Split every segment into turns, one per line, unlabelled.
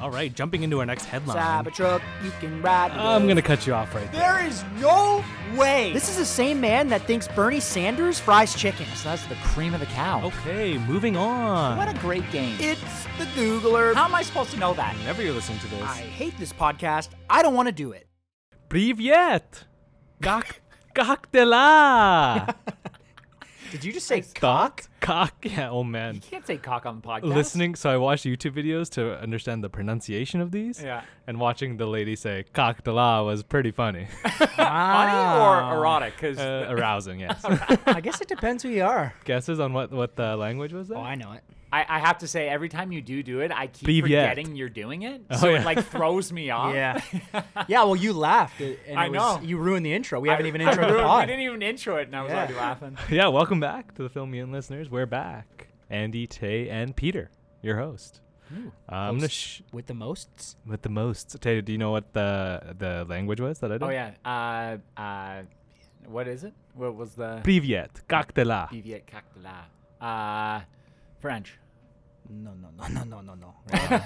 All right, jumping into our next headline.
Cybertruck, you can ride. with
I'm
us.
going to cut you off right there.
There is no way.
This is the same man that thinks Bernie Sanders fries chicken.
So that's the cream of the cow.
Okay, moving on.
What a great game.
It's the Googler.
How am I supposed to know that?
Whenever you're listening to this.
I hate this podcast. I don't want to do it.
Привет! Как, как дела?
Did you just say
Cock? Cock, yeah, oh
You
man.
can't say cock on the podcast.
Listening, so I watched YouTube videos to understand the pronunciation of these.
Yeah.
And watching the lady say cock de la was pretty funny.
Funny or erotic? Because
uh, arousing, yes.
I guess it depends who you are.
Guesses on what, what the language was there?
Oh, I know it.
I, I have to say, every time you do do it, I keep
Привет.
forgetting you're doing it. So
Oh, yeah.
it like throws me off.
Yeah. yeah, well, you laughed. And it
I
was-
know.
You ruined the intro. We
I-
haven't even
I
introed the
ruined- We
pod.
didn't even intro it, and I was
Yeah.
already laughing.
yeah, welcome back to the Film Mutant listeners. We're back. Andy, Tay, and Peter, your host. I'm gonna
host.
sh-
With the mosts?
with the most. Tay, do you know what the the language was that I did?
Oh yeah. Uh, uh, what is it? What was the
Привет, как дела?
Viviet Cactala? Uh, French.
No, no, no, no, no, no, no.
Hey, Eh,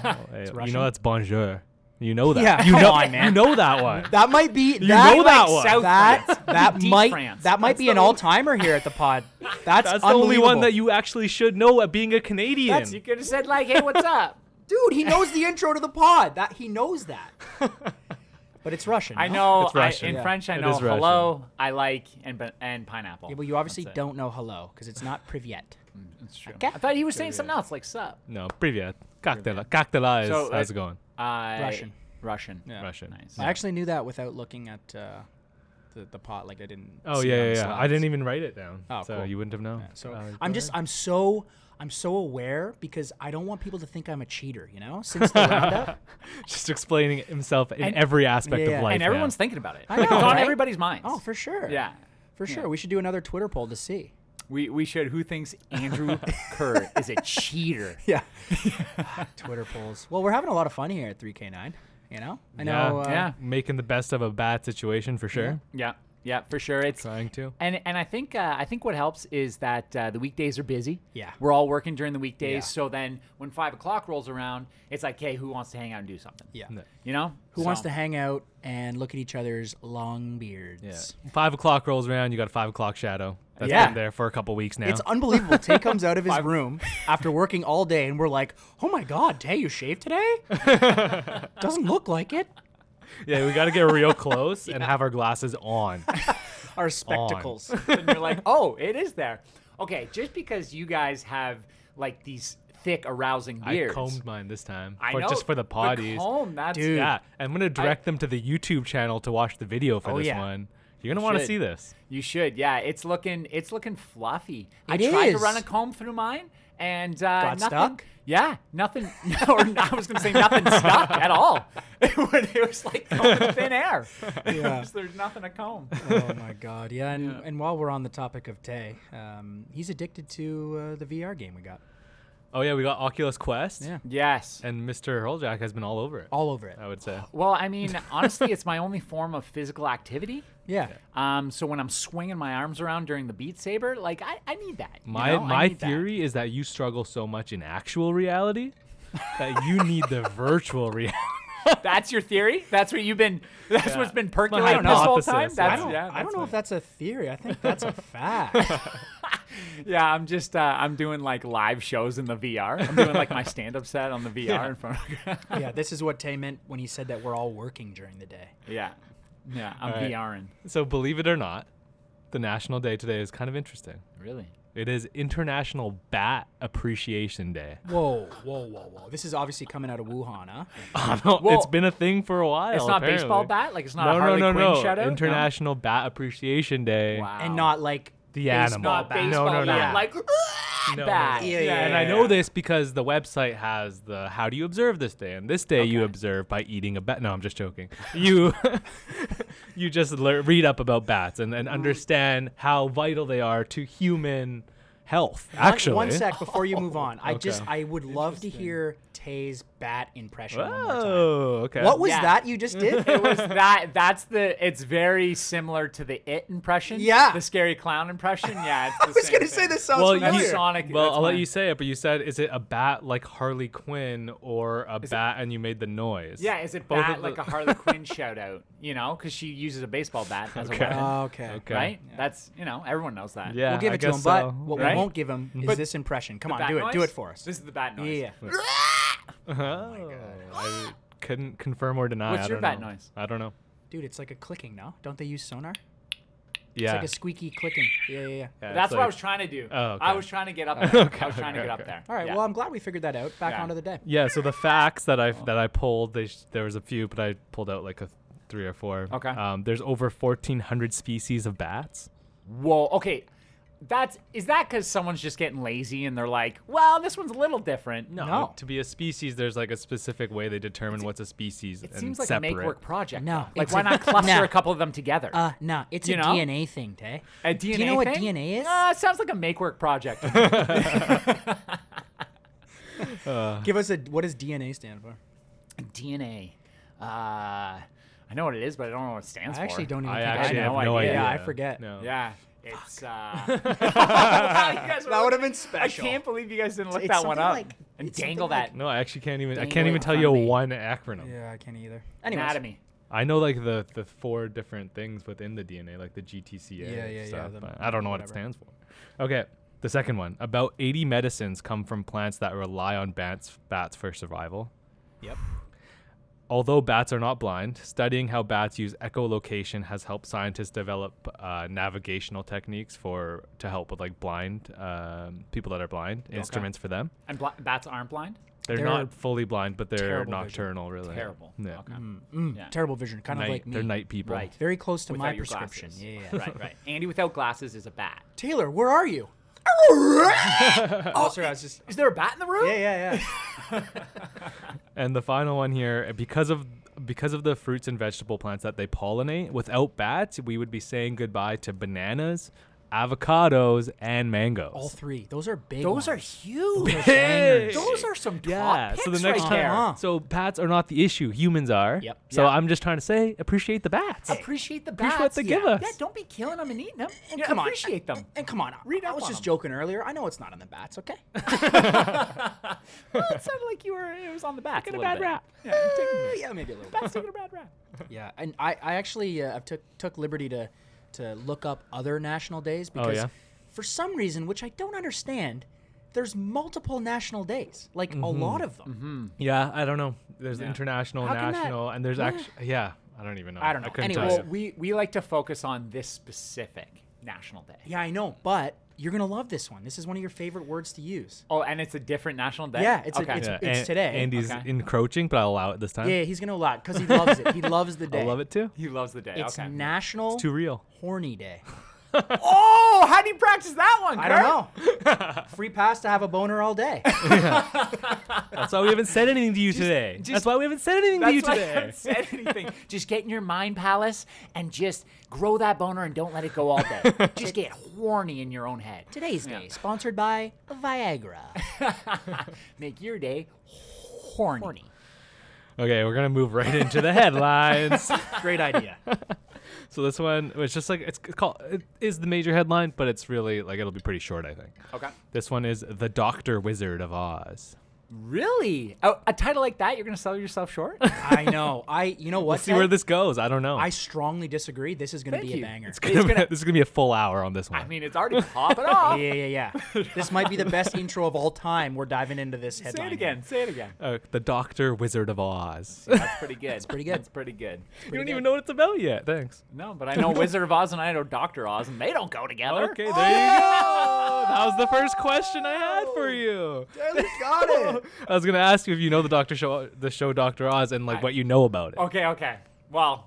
you
Russian?
know that's bonjour. You know that.
Yeah,
you
come
know,
on,
You
man.
know that one.
That might be.
You
that,
know that one.
South
That that
Deep
might
France.
that might
That's
be
the
an
only-
all timer here at the pod. That's,
that's the only one
unbelievable.
that you actually should know at being a Canadian.
You could have said like, "Hey, what's up?"
Dude, he knows the intro to the pod. That he knows that. but it's Russian.
I
no?
know
It's
I-
Russian.
in
Yeah.
French. I
It
know
is Russian.
hello, I like, and ba- and pineapple.
Yeah, but you obviously
That's it.
don't know hello because it's not privyet.
That's true.
Okay.
I thought he was saying something else, like "sup."
no, привет. Как дела? Как дела is,
So,
how's
uh,
it going?
Uh,
Russian.
Russian.
Yeah.
Russian.
Nice.
I actually knew that without looking at uh, the the pot. Like I didn't.
Oh,
see it
yeah,
on
yeah,
the
yeah. I
slides.
didn't even write it down.
Oh,
so
cool.
you wouldn't have known.
So
Uh,
I'm
go
just
ahead.
I'm so I'm so aware because I don't want people to think I'm a cheater. You know, since the roundup.
just explaining himself in
And-
every aspect
Yeah.
of life.
and
now.
everyone's thinking about it.
I
Like,
know,
it's on
right?
everybody's minds.
Oh, for sure.
Yeah.
for sure. We should do another Twitter poll to see.
We we should. Who thinks Andrew Kerr is a cheater?
Yeah. Twitter polls. Well, we're having a lot of fun here at 3K9. You know, I know.
Yeah.
Uh,
Yeah.
making the best of a bad situation for sure.
Yeah. Yeah, for sure. It's
Trying to.
and and I think uh, I think what helps is that uh, the weekdays are busy.
Yeah.
We're all working during the weekdays,
Yeah.
so then when five o'clock rolls around, it's like, hey, who wants to hang out and do something?
Yeah.
No.
You know?
Who wants to hang out and look at each other's long beards?
Yeah. Five o'clock rolls around. You got a five o'clock shadow. That's
Yeah.
been there for a couple weeks now.
It's unbelievable. Tay comes out of his room after working all day, and we're like, "Oh my God, Tay, you shaved today? Doesn't look like it."
yeah, we got to get real close and have our glasses on.
Our spectacles.
and you're like, oh, it is there. Okay, just because you guys have like these thick, arousing
I
beards.
combed mine this time.
I
for,
know,
Just for the potties.
comb, that's
Dude.
Yeah, I'm gonna direct them to the YouTube channel to watch the video for
Oh,
this
yeah.
one. You're gonna want to
should.
see this.
You should, yeah. It's looking, it's looking fluffy. I
It
tried to
is.
run a comb through mine, and uh,
Got
nothing,
stuck?
Yeah, nothing. or I was gonna say nothing stuck at all. It, was- it was like comb in thin air. It
Yeah.
was- there's nothing to comb.
oh my God, yeah. And, and while we're on the topic of Tay, um, he's addicted to uh, the VR game we got.
Oh yeah, we got Oculus Quest.
Yeah.
Yes.
And Mr. Hurljack has been all over it.
All over it.
I would say.
Well, I mean, honestly, it's my only form of physical activity.
Yeah.
Um, so when I'm swinging my arms around during the Beat Saber, like I, I need that. you
My
know? I
my
need that.
theory is that you struggle so much in actual reality that you need the virtual reality.
That's your theory. That's what you've been. That's what's been percolating this whole
hypothesis,
time.
yeah.
That's,
I don't,
yeah,
I
that's
don't know
what-
if that's a theory. I think that's a fact.
Yeah, I'm just uh, I'm doing like live shows in the VR. I'm doing like my stand-up set on the VR in front of
yeah, this is what Tay meant when he said that we're all working during the day.
Yeah. Yeah, I'm
right.
VRing.
So believe it or not, the national day today is kind of interesting.
Really?
It is International Bat Appreciation Day.
Whoa, whoa, whoa, whoa. This is obviously coming out of Wuhan, huh?
I don't-
Well,
it's been a thing for a while.
It's not
apparently.
baseball bat? Like it's not
no,
a Harley
no, no,
Quinn
no.
shadow?
International Bat Appreciation Day.
No? Wow.
And not like
The
baseball
animal.
not
bat.
baseball
No, no, no.
bat. Like
No, no,
bat.
no.
Yeah, yeah,
And I know this because the website has the how do you observe this day, and this day you observe by eating a bat. No, I'm just joking. You you
Mm.
just lear read up about bats and, and understand how vital they are to human health.
One-
Actually,
one sec before you move on. I just
Okay.
I would love to hear Tay's bat impression. one more time.
Oh, okay.
What was
Yeah.
that you just did?
it was that that's the it's very similar to the it impression
Yeah.
the scary clown impression yeah it's the
I was
same
gonna
thing.
say this sounds
well,
that's
you,
familiar.
Sonic-
well,
that's
I'll let
my-
you say it, but you said, is it a bat like Harley Quinn or a bat? and you made the noise.
yeah is it
Both of
bat
the-
like a harley quinn shout out you know because she uses a baseball bat as
Okay.
a weapon
Oh, okay.
Okay.
right that's you know everyone knows that
Yeah.
We'll give
I
it to him,
guess
but
so.
what
Right?
we won't give him is this impression. Come on,
Bat
do it. Do
noise?
it for us.
this is the bat
yeah.
noise
yeah.
Oh, I couldn't confirm or deny.
What's
I
your
don't
bat
know.
noise?
I don't know.
Dude, it's like a clicking, no? Don't they use sonar? It's
Yeah.
like a squeaky clicking. Yeah, yeah, yeah.
Yeah,
that's
it's
what i
like-
was trying to do
Oh,
i
okay.
was trying to get up there
Okay,
i was trying to
okay,
get up
okay.
there
All right.
Yeah.
Well, I'm glad we figured that out. Back
Yeah.
onto the day.
Yeah. So the facts that
Oh.
I that I pulled, they sh- there was a few, but I pulled out like a th- three or four.
Okay.
Um, there's over 1,400 species of bats.
Whoa. Okay. That's is that because someone's just getting lazy and they're like, well, this one's a little different.
No.
To be a species, there's like a specific way they determine what's a species.
It
and
seems like
separate.
a make work project.
No,
Like
it's
why
a-
not cluster
no.
a couple of them together?
Uh, no, it's
You
a
know?
DNA thing, Tay.
a DNA
Do you know what
thing?
DNA is?
Uh, it sounds like a make work project.
Give us a what does DNA stand for?
DNA. Uh, I know what it is, but I don't know what it stands
I actually
for.
don't
I
even think
actually
I
have
know.
no idea.
Yeah, I
idea.
forget.
No.
Yeah. It's uh Wow, you guys were
That would've
looking-
been special.
I can't believe you guys didn't look
It's
that one
something
up
like-
and
it's something
dangle
like-
that
No, I actually can't even. I
Dangle
can't
it
even
in
tell
front
you
of me.
one acronym.
Yeah, I can't either. Anyways.
anatomy.
I know like the the four different things within the DNA, like the GTCA
Yeah, yeah, yeah,
stuff.
the-
but I don't know what it
whatever.
stands for. Okay, the second one. About 80 medicines come from plants that rely on bats bats for survival.
Yep.
Although bats are not blind, studying how bats use echolocation has helped scientists develop uh, navigational techniques for to help with like blind um, people that are blind instruments for them.
And bl- bats aren't blind?
They're,
They're
not fully blind, but they're
terrible vision.
nocturnal, really.
Terrible.
Yeah.
Okay.
Mm,
Yeah.
Terrible vision, kind
Night-
of like me.
they're night people.
Right.
Very close to my
your
prescription.
glasses.
Yeah, yeah. yeah.
right, right. Andy without glasses is a bat.
Taylor, where are you? oh, sorry, I was just.
Is there a bat in the room?
Yeah, yeah, yeah.
And the final one here, because of because of the fruits and vegetable plants that they pollinate, without bats, we would be saying goodbye to bananas, avocados, and mangoes.
All three. Those are big.
Those are
ones.
huge.
Those are bangers.
Those are some top
yeah.
picks
So the next
right
time,
there.
Uh-huh.
so bats are not the issue. Humans are.
Yep.
So
Yeah.
I'm just trying to say, appreciate the bats.
Appreciate the bats.
Appreciate what they give
yeah.
us.
Yeah, don't be killing them and eating them.
And
Yeah,
come on.
appreciate them.
And, and come on,
Read
I
up
was
on
just
them.
joking earlier. I know it's not on the bats, okay?
Well, it sounded like you were. It was on the bat.
Taking a bad rap.
Yeah, take-
yeah, maybe a little.
bats taking a bad rap.
Yeah, and I, I actually uh, I've took took liberty to to look up other national days because
yeah?
for some reason, which I don't understand, there's multiple national days, like a lot of them.
Yeah. I don't know. There's
Yeah.
international,
How can that-
national, and there's
What?
actually yeah. I don't even know.
I don't know.
couldn't
Anyway,
tell
Well,
you.
we we like to focus on this specific national day.
Yeah, I know, but you're gonna love this one. This is one of your favorite words to use.
Oh, and it's a different national day.
Yeah, it's a-
okay.
it's
Yeah,
it's
An-
today.
Andy's
Okay.
encroaching, but I'll allow it this time.
Yeah, he's gonna allow it because he loves it. He loves the day.
I love it too.
he loves the day.
It's
okay.
National
Too real.
Horny Day.
oh, how do you practice that one?
I don't know. Free pass to have a boner all day.
That's why we haven't said anything to you today. that's
just-
why we haven't said anything to
That's
you
why I
today.
haven't said anything. just get in your mind palace and just grow that boner and don't let it go all day. just get horny in your own head.
Today's day sponsored by Viagra.
Make your day horny.
Horny.
Okay, we're gonna move right into the headlines.
Great idea.
so this one was just like it's called. It is the major headline, but it's really like it'll be pretty short, I think.
Okay.
This one is the Doctor Wizard of Oz.
Really? A, a title like that, you're gonna sell yourself short?
I know. I. You know what?
See where
Ted?
this goes. I don't know.
I strongly disagree. This is going to
Thank
be a
you.
banger.
gonna-
this is gonna be a full hour on this one.
I mean, it's already popping off.
yeah, yeah, yeah. This might be the best intro of all time. We're diving into this headline.
Say it
here.
again. Say it again.
uh, the Doctor Wizard of Oz. you
That's pretty good. That's
pretty good.
That's pretty good.
don't even know what it's about yet. Thanks.
No, but I know Wizard of Oz and I know Doctor Oz, and they don't go together.
Okay, there you go.
Oh!
That was the first question I had for you.
got it.
I was gonna ask you if you know the Doctor show, the show Doctor Oz, and like what you know about it.
Okay. Okay. Well.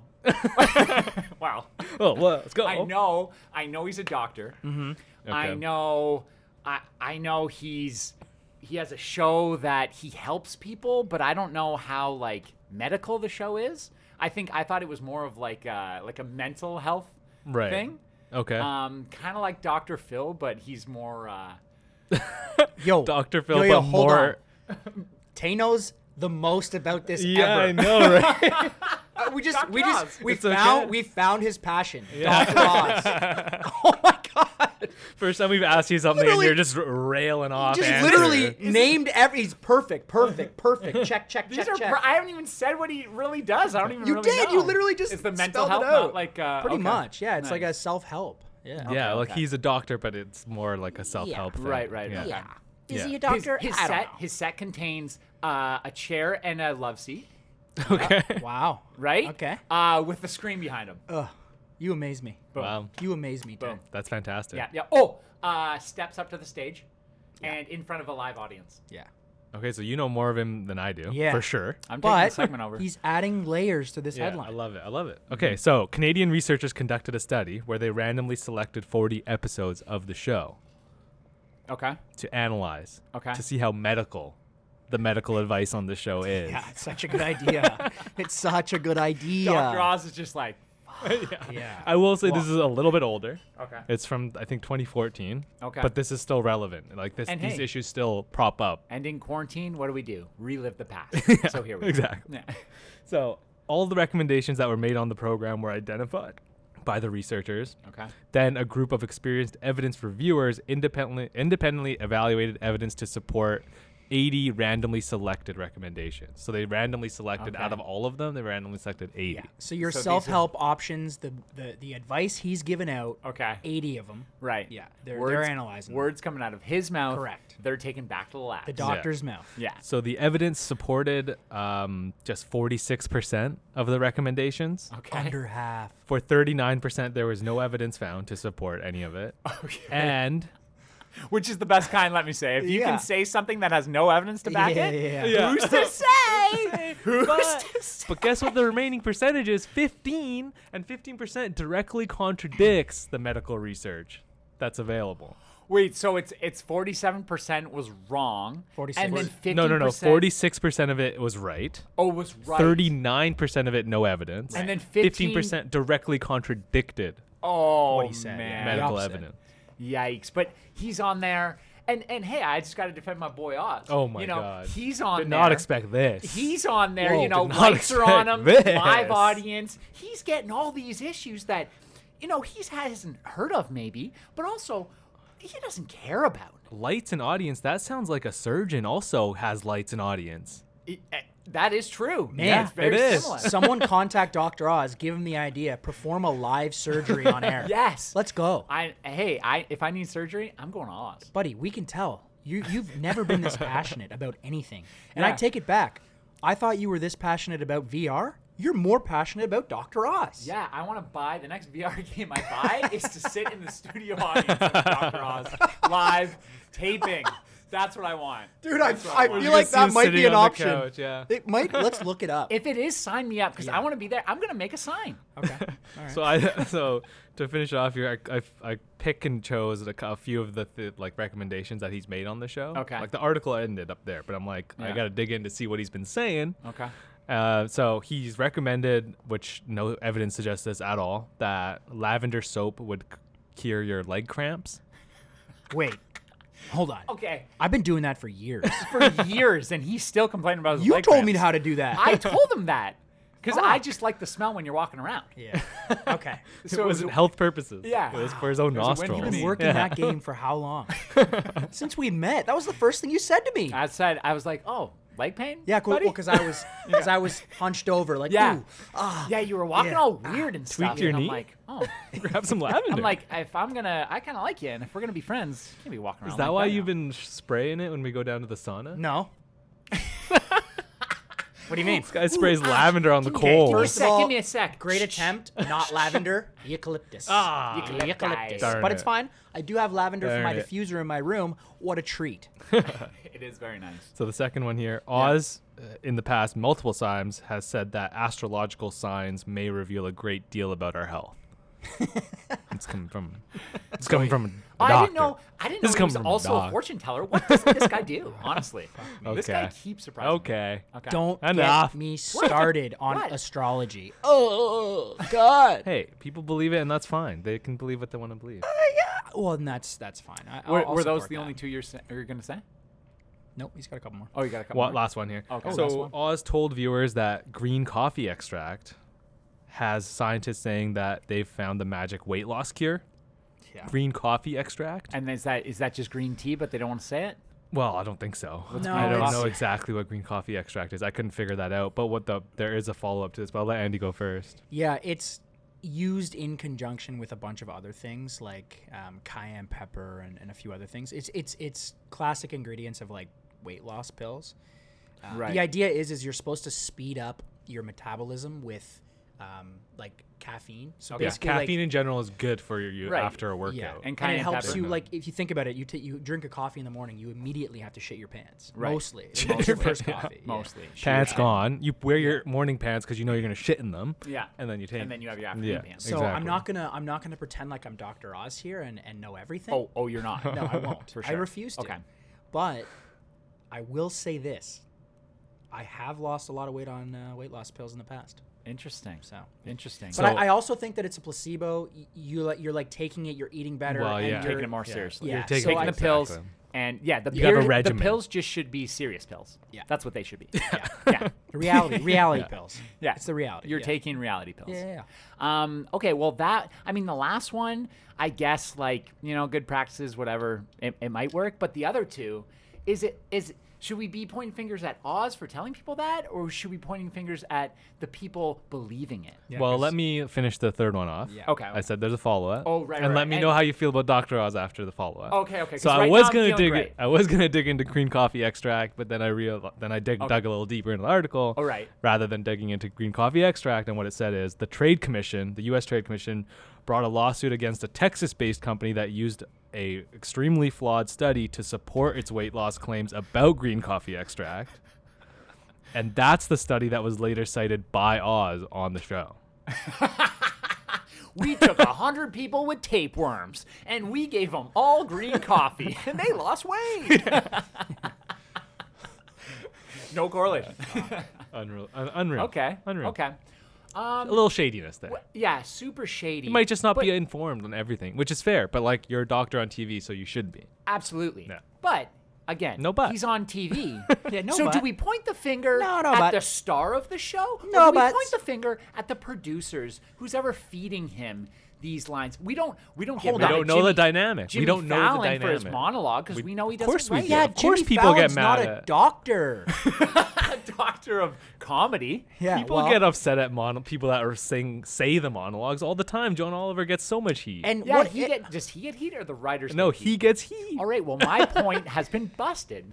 wow.
Oh, well, let's go.
I know. I know he's a doctor. Mm-hmm. I
Okay.
know. I I know he's he has a show that he helps people, but I don't know how like medical the show is. I think I thought it was more of like uh like a mental health
Right.
thing.
Okay.
Um, kind of like Doctor Phil, but he's more uh
Yo,
Dr.
yo,
Phil,
yo,
but
hold on.
more.
Tano's the most about this
Yeah,
ever.
I know, right?
Uh, we just we
Dr. Oz.
just we
It's okay.
found we found his passion. Dr. Oz. oh my god.
First time we've asked you something,
Literally-
and you're just railing off.
Just
answer.
literally named every he's perfect, perfect, perfect. check, check,
These
check,
are.
check.
pro- I haven't even said what he really does. I don't even.
You
really
did.
Know.
You literally just
It's the mental
spelled
health,
it
not
out.
like uh,
Pretty
okay.
much. Yeah, it's like a
Nice.
self-help. Yeah.
Yeah, like
okay.
he's a doctor, but it's more like a self-help thing.
Right, right, right.
Yeah.
Yeah.
Is Yeah. he a
His, his set. His set contains uh, a chair and a love seat.
Okay.
Wow.
Right.
Okay.
Uh, with the screen behind him.
Ugh. You amaze me.
Wow,
You amaze me, Dan.
Boom.
that's fantastic.
Yeah. Yeah. Oh. Uh, steps up to the stage, and in front of a live audience.
Yeah.
Okay, so you know more of him than I do,
Yeah.
for sure.
I'm taking
But
the segment over.
he's adding layers to this
Yeah, I
headline.
love it. I love it. Okay, so Canadian researchers conducted a study where they randomly selected 40 episodes of the show
Okay.
to analyze,
Okay.
to see how medical the medical advice on the show is.
Yeah, it's such a good idea. it's such a good idea.
Dr. Oz is just like.
Yeah.
I will say this is a little bit older.
Okay.
It's from I think 2014.
Okay.
But this is still relevant. Like this,
And
these
hey.
issues still prop up.
And in quarantine, what do we do? Relive the past. so here we go.
Exactly.
Yeah.
So all the recommendations that were made on the program were identified by the researchers.
Okay.
Then a group of experienced evidence reviewers independently independently evaluated evidence to support 80 randomly selected recommendations. So they randomly selected out of
Okay.
all of them, they randomly selected 80.
So your
So these are-
self-help options, the, the the advice he's given out,
Okay.
80 of them.
Right.
Yeah, they're- they're
Words-
analyzing them.
Words coming out of his mouth.
Correct.
They're taken back to the lab.
The doctor's mouth.
yeah.
So the evidence supported um, just 46% of the recommendations.
Okay.
Under half.
For 39%, there was no evidence found to support any of it. Okay. And
Which is the best kind, let me say. If you
Yeah.
can say something that has no evidence to back
Yeah,
it,
yeah,
yeah.
who's to say? who's to say?
But guess what the remaining percentage is? 15, and 15% directly contradicts the medical research that's available.
Wait, so it's it's forty seven percent was wrong.
46.
And then fifty
No, no, no. 46% of it was right.
Oh was right.
39% of it, no evidence.
And then 15
15% directly contradicted
Oh
What he said, yeah.
man.
Medi-
medical
opposite.
evidence.
Yikes. But he's on there and and hey, I just gotta defend my boy Oz.
Oh my
you know,
God.
He's on
Did
there.
not expect this.
He's on there,
Whoa,
you know,
did not
lights are on him,
expect this.
live audience. He's getting all these issues that, you know, he hasn't heard of maybe, but also he doesn't care about.
lights and audience. That sounds like a surgeon also has lights and audience.
It- eh, that is true. Man,
Yeah,
it's
it
very
is.
similar.
Someone contact Dr. Oz, give him the idea, perform a live surgery on air.
yes.
Let's go.
I hey, I if I need surgery, I'm going to Oz.
Buddy, we can tell. You you've never been this passionate about anything. And I
Yeah.
take it back. I thought you were this passionate about VR. You're more passionate about Dr. Oz.
Yeah, I want to buy the next VR game I buy is to sit in the studio audience of Dr. Oz live taping. That's what I want.
Dude, I,
what I
I
want.
feel
You
like
just see
that
him
might
sitting
be an
on the
option.
couch, yeah.
It might. Let's look it up.
If it is, sign me up because I want to be there. I'm gonna make a sign.
okay.
So I so to finish off here, I, I, I pick and chose a, cou- a few of the th- like recommendations that he's made on the show.
Okay.
Like the article ended up there, but I'm like I
Yeah. Oh.
got to dig in to see what he's been saying.
Okay.
Uh, so he's recommended, which no evidence suggests this at all, that lavender soap would c- cure your leg cramps.
Wait. Hold on.
Okay.
I've been doing that for years.
for years, and he's still complaining about his
You
leg
told me
cramps.
how to do that.
I told him that because I
Fuck.
just like the smell when you're walking around.
yeah. Okay.
So
it was
a-
not health purposes.
Yeah.
It was for his own
was a win for
nostrils.
You've been
me.
working that game for how long? Since we met, that was the first thing you said to me.
I said, I was like, oh, leg pain?
yeah, cool.
buddy?"
Because I was, because I was hunched over, like,
Yeah.
ooh, ah,
yeah, you were walking
Yeah.
all weird and stuff.
your
and
knee?
I'm like, oh,
Grab some lavender.
I'm like, if I'm gonna, I kind of like you, and if we're gonna be friends, you can't be walking around.
Is that
like
why
now.
you've been sh- spraying it when we go down to the sauna?
no. what do you mean?
This guy sprays lavender on the
okay,
cold.
Give me a
First of
sec.
all,
give me a sec.
Great attempt, not lavender, eucalyptus.
Ah.
Eucalypti.
eucalyptus.
Darn
But it's
it.
fine. I do have lavender for my
Darn it.
diffuser in my room. What a treat.
It is very nice.
So the second one here, Oz, uh, in the past multiple times, has said that astrological signs may reveal a great deal about our health. it's coming from. It's coming from. a
I
doctor.
didn't know. I didn't know
This
he
comes
was
from a
also a
doc.
fortune teller. What does this guy do? Honestly, this guy
Okay.
keeps surprising. me.
Okay.
Okay.
Don't
Enough.
get me started on
What?
astrology. Oh God.
Hey, people believe it, and that's fine. They can believe what they want to believe.
yeah, Well, then that's that's fine. I,
Were,
I'll- I'll
were those
support
the
that.
only two you're sa- you're gonna say?
Nope, he's got a couple more.
Oh, you got a couple.
What
more.
last one here?
Okay. Oh,
so
last one.
Oz told viewers that green coffee extract has scientists saying that they've found the magic weight loss cure.
Yeah.
Green coffee extract?
And is that is that just green tea? But they don't want to say it.
Well, I don't think so.
No,
I don't
it's-
know exactly what green coffee extract is. I couldn't figure that out. But what the there is a follow up to this. But I'll let Andy go first.
Yeah, it's used in conjunction with a bunch of other things like um, cayenne pepper and, and a few other things. It's it's it's classic ingredients of like weight loss pills. Uh,
Right.
The idea is is you're supposed to speed up your metabolism with um, like caffeine. So
Yeah,
basically,
caffeine
like,
in general is good for you you
Right.
after a workout. Uh-huh.
yeah,
And
and,
cayenne
it helps
pepper.
you like if you think about it, you ta you drink a coffee in the morning, you immediately have to shit your pants.
Right.
Mostly,
Shit
Most
your
of the first
pants, yeah.
coffee, yeah.
Mostly.
pants
Yeah.
gone. You wear your morning pants because you know you're gonna shit in them.
Yeah.
And then you take.
And then you have your afternoon
yeah.
pants.
So I'm
exactly.
not gonna I'm not gonna pretend like I'm Dr. Oz here and, and know everything.
Oh, oh, you're not.
No, I won't.
For
I
sure.
refuse to.
Okay.
But I will say this: I have lost a lot of weight on uh, weight loss pills in the past.
Interesting.
So,
Interesting.
but I, I also think that it's a placebo. Y- You like you're like taking it. You're eating better.
Well,
and
yeah.
you're,
taking it more
yeah.
seriously.
You're
Yeah.
taking-
taking the
Exactly.
pills. And yeah, the,
You have a
period- the
regimen.
pills just should be serious pills.
Yeah.
That's what they should be. Yeah. yeah.
reality. Reality pills.
Yeah.
it's the reality.
You're
yeah.
taking reality pills.
Yeah, yeah, yeah.
Um, okay, well, that, I mean, the last one, I guess, like, you know, good practices, whatever, it, it might work. But the other two, is it, is, should we be pointing fingers at Oz for telling people that, or should we be pointing fingers at the people believing it?
Yeah,
well,
'cause-
let me finish the third one off.
Yeah.
Okay.
I said there's a follow up.
Oh, right,
And
right,
let me
and-
know how you feel about Doctor Oz after the follow up.
Okay, okay, 'cause
So I
right now
was
I'm
gonna
feeling
dig.
great.
I was gonna dig into green coffee extract, but then I real then I dig, dug a little deeper into the article.
All Oh, right.
Rather than digging into green coffee extract, and what it said is the Trade Commission, the U.S. Trade Commission, brought a lawsuit against a Texas-based company that used a extremely flawed study to support its weight loss claims about green coffee extract. And that's the study that was later cited by Oz on the show.
We took a hundred people with tapeworms, and we gave them all green coffee, and they lost weight. no correlation.
Unreal. Un- unreal.
Okay.
Unreal.
Okay.
A little shadiness there.
Yeah, super shady.
you might just not
but
be informed on everything, which is fair, but like you're a doctor on TV, so you should be.
absolutely.
Yeah.
But again,
No but.
he's on TV.
Yeah, no
so do
but.
we point the finger
No, no
at
but.
the star of the show? Or
No
do we
buts.
point the finger at the producers who's ever feeding him these lines. We don't we don't
Hold
get
We
on.
mad
don't
at
know the
Jimmy-
dynamic.
Jimmy
we don't
Fallon
know the dynamic.
for his monologue because we, know he
of
doesn't
course we
write
do.
Yeah,
it.
Of course
Jimmy
people get
Fallon's
mad
Not
at-
a doctor.
doctor of comedy.
Yeah,
people
well,
get upset at mono- people that are saying say the monologs all the time. John Oliver gets so much heat.
and
Yeah,
what
he
it-
get does he get heat or the writers?
no,
get
he gets heat.
All right, well, my point has been busted.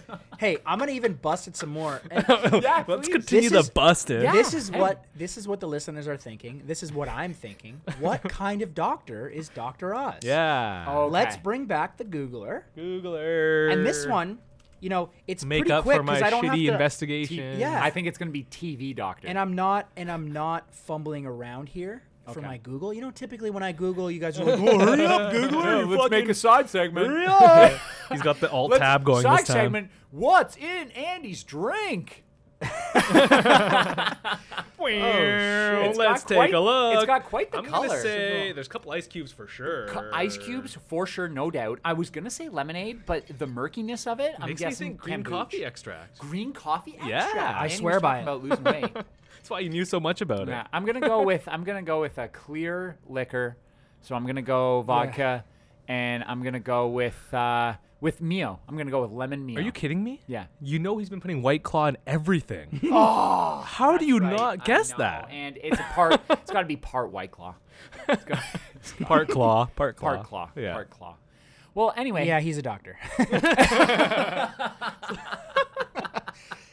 Hey, I'm gonna even bust it some more. And
yeah,
Let's
please.
continue
This
the
is-
busted.
Yeah.
This is
hey.
what this is what the listeners are thinking. This is what I'm thinking. What kind of doctor is Doctor Oz?
Yeah.
Oh,
Let's
Okay.
bring back the Googler.
Googler.
And this one, you know, it's
Make
pretty
up
quick
for my
I don't have
shitty
to,
investigation.
yeah.
I think it's going to be TV doctor.
And I'm not and I'm not fumbling around here for
Okay.
my Google. You know, typically when I Google, you guys are like, "Oh, hurry up, Googler! you fucking
side segment.
hurry up!"
He's got the alt
Let's-
tab going
side
this time.
segment. What's in Andy's drink?
Well,
Oh, It's
Oh, Let's
got
take
quite-
a look.
it's got quite the
I'm
color.
gonna say there's a couple ice cubes for sure.
Cu- Ice cubes, for sure, no doubt. I was going to say lemonade, but the murkiness of it, I'm
Makes me
guessing
think green
kombucha.
coffee extract.
Green coffee extra.
Yeah. I
Andy was
swear by
talking About losing weight.
That's why you knew so much about
yeah, I'm gonna go with I'm gonna go with a clear liquor. So I'm gonna go vodka, and I'm gonna go with uh, with mio. I'm gonna go with lemon mio.
it. Are you kidding me?
Yeah.
You know he's been putting White Claw in everything. oh, how do you
Right, I
not guess
know,
that?
And it's a part. it's got to be part white claw. It's got, it's got-
Part claw, part claw,
part claw.
Yeah.
Part claw. Well, anyway.
yeah, he's a doctor.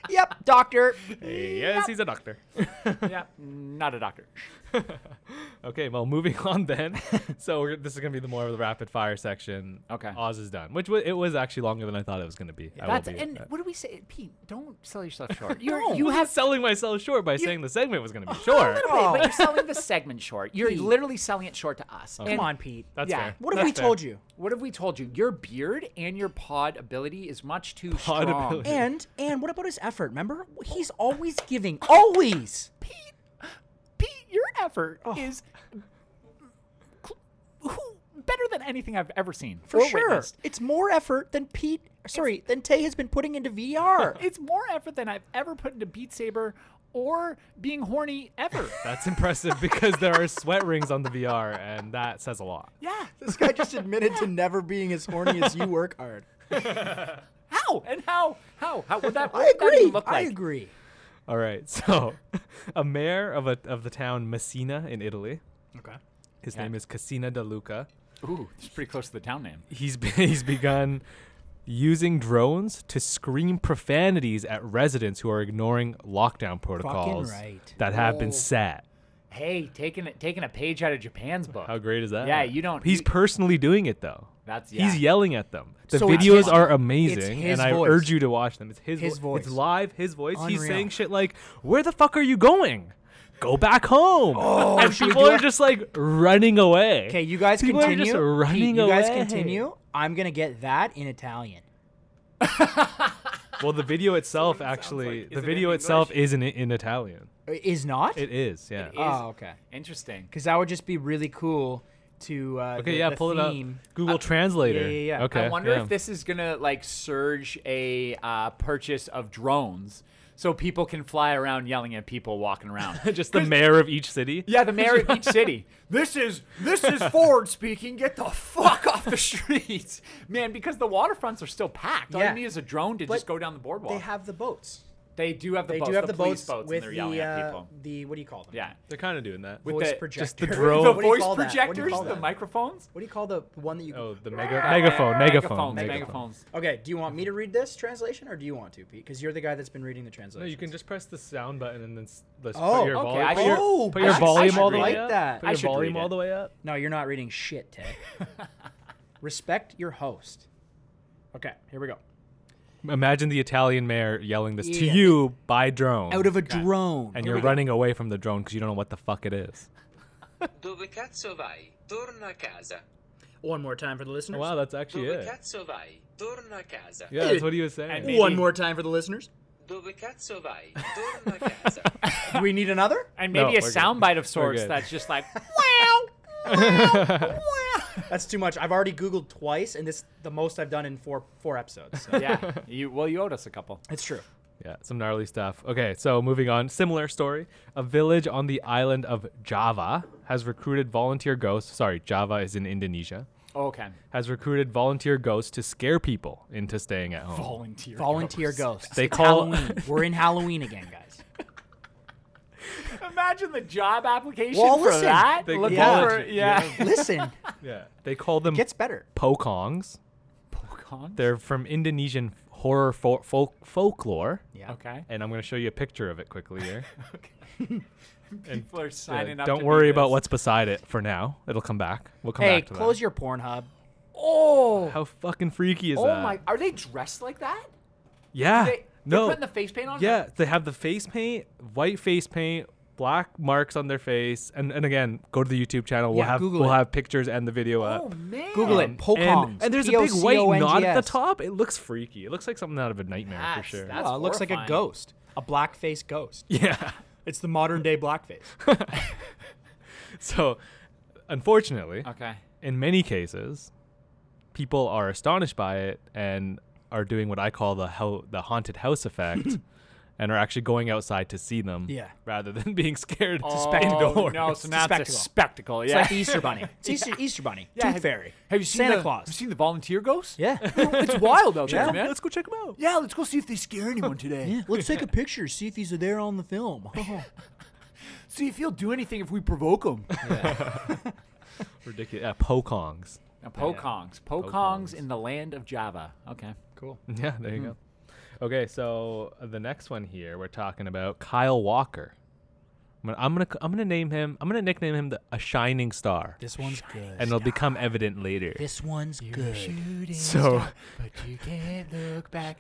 yep, doctor.
Yes, he's a doctor.
yeah, Not a doctor.
Okay, well, moving on then. so we're, this is gonna be the more of the rapid fire section.
Okay.
Oz is done, which was, it was actually longer than I thought it was gonna be. I will
That's
be-
and
uh,
what do we say, Pete? Don't sell yourself short. You're,
No.
You
I was
have.
selling myself short by saying the segment was gonna be
A
short.
little bit, but you're selling the segment short. You're
Pete.
literally selling it short to us.
Come on, Pete.
That's
Yeah.
fair.
what have
That's
we
fair.
told you?
What have we told you? Your beard and your pod ability is much too
Pod
strong.
ability.
And and what about his effort? Remember, he's always giving. Always.
Oh.
Pete, your effort is cl- who, better than anything I've ever seen
For
or
sure.
witnessed.
It's more effort than Pete, sorry, than Tay has been putting into VR.
It's more effort than I've ever put into Beat Saber or being horny ever.
That's impressive because there are sweat rings on the VR, and that says a lot.
yeah.
this guy just admitted to never being as horny as you work hard.
How and how how how would that? What
I
would that
agree.
even look
I
like?
agree.
All right, so a mayor of a of the town Messina in Italy.
Okay.
His
Yeah.
name is Cassina De Luca.
Ooh, it's pretty close to the town name.
He's be- he's begun using drones to scream profanities at residents who are ignoring lockdown protocols
right.
that have been
Whoa.
set.
Hey, taking a, taking a page out of Japan's book.
How great is that?
Yeah, you don't-
He's
you-
personally doing it though.
That's yeah.
He's yelling at them. The
So it's
videos
his-
are
it's
amazing,
his
and I
voice.
urge you to watch them. It's his,
His
vo-
voice.
It's live, his voice. He's
Unreal.
saying shit like, "Where the fuck are you going? Go back home." and
Oh, should we
people
do
are
a-
just like running away.
Okay, you guys
people
continue.
Are just
Pete,
running
you guys
away.
continue. I'm gonna get that in Italian.
Well, the video itself actually,
like.
the
Is it
video
in
itself
English?
is in in Italian.
Uh, Is not?
It is, yeah.
is.
oh, okay.
Interesting.
Because that would just be really cool to. Uh,
Okay,
the-
yeah,
the
pull
theme. Uh,
it up. Google Translator.
yeah, yeah, yeah. I
Okay.
I wonder
yeah.
if this is gonna like surge a uh, purchase of drones, so people can fly around yelling at people walking around.
just the mayor of each city.
yeah, the mayor of each city. This is this is Ford speaking. Get the fuck off the streets, man. Because the waterfronts are still packed. All
Yeah.
you need is a drone to just
But
go down the boardwalk.
They have the boats.
They do have the
They
boats.
do have
the,
the, boats,
police boats,
with
and they're yelling
the,
at
uh,
people.
the what do you call them?
Yeah.
They're kind of doing that.
With
voice
the-
projector.
just the
What do
drone.
you
The
What
voice
call that? What do you
projectors,
call
the
that?
microphones?
What do you call the one that you?
Oh, the mega megaphone, megaphone,
megaphones, megaphones.
Okay, do you want me to read this translation or do you want to, Pete? Because you're the guy that's been reading the translation.
No, you can just press the sound button and then s- the,
Oh,
put your,
okay,
volu-
I
put
should-
your,
Oh,
put
I
your
should- I
volume
should
all the way
read
up.
that.
Put
I
your
should read
volume all
it.
the way up.
No, you're not reading shit, Ted. Respect your host. Okay, here we go.
Imagine the Italian mayor yelling this to
Yeah.
you by drone,
Out of a drone.
and you're running away from the drone because you don't know what the fuck it is.
Dove cazzo vai? Torna a casa.
One more time for the listeners.
Wow, that's actually
Dove
it.
cazzo vai? Torna a casa.
Yeah, that's what he was saying.
And maybe-
One more time for the listeners.
Dove cazzo vai? Torna a casa.
Do we need another?
And
No,
maybe a
we're good.
soundbite
We're
of sorts
good.
that's just like, wow, wow, wow.
That's too much. I've already Googled twice, and this the most I've done in four four episodes. So.
yeah. You well, you owed us a couple.
It's true.
Yeah, some gnarly stuff. Okay, so moving on. Similar story. A village on the island of Java has recruited volunteer ghosts. Sorry, Java is in Indonesia.
Okay.
Has recruited volunteer ghosts to scare people into staying at home.
Volunteer.
Volunteer ghosts.
They
It's
call-
Halloween. We're in Halloween again, guys.
Imagine the job application
Well,
for
listen,
that.
they
Look
call
over-
it-
yeah.
Listen,
Yeah. They call them
gets better.
Pokongs.
Pokemon?
They're from Indonesian horror fol- folk folklore.
Yeah.
okay.
And I'm going to show you a picture of it quickly here.
People are
Yeah,
signing up.
don't
to
worry
do
about what's
this.
beside it for now. It'll come back. We'll come
Hey,
back to
close
that.
your Pornhub.
Oh.
How fucking freaky is
Oh
that?
my. Are they dressed like that?
Yeah.
They,
no.
They're putting the face paint on.
Yeah, they have the face paint, white face paint, black marks on their face, and and again, go to the YouTube channel. We'll
Yeah,
have
Google
we'll
it.
have pictures and the video
Oh
up. Um,
man.
Google it.
And-
Pokongs.
And, there's a big white knot at the
P-O-C-O-N-G-S.
top. It looks freaky. It looks like something out of a nightmare for
That's-
sure.
that's-
Well, it looks like a
horrifying.
ghost, a blackface ghost.
yeah.
It's the modern day blackface.
So, unfortunately,
Okay.
in many cases, people are astonished by it and are doing what I call the ho- the haunted house effect. And are actually going outside to see them,
Yeah.
rather than being scared
Oh,
indoors.
no, so
a
now it's a
spectacle.
spectacle.
It's
Yeah.
like the Easter Bunny. It's Easter, Easter Bunny. Tooth
have-
Fairy.
Have you seen
Santa
the,
Claus?
Have you seen the volunteer ghosts?
yeah.
it's wild out there,
Yeah.
man.
Let's go check them out.
Yeah, let's go see if they scare anyone today.
Let's take a picture, see if these are there on the film.
See if he'll do anything if we provoke him.
Ridiculous. Yeah, Pokongs.
Pokongs. Pokongs in the land of Java. Okay.
cool.
Yeah, there you
Hmm.
go. Okay, so uh, the next one here we're talking about Kyle Walker. I'm gonna I'm gonna, c- I'm gonna name him. I'm gonna nickname him the, a shining star,
This one's good.
and it'll become evident later.
this one's good.
So
But you can't look back.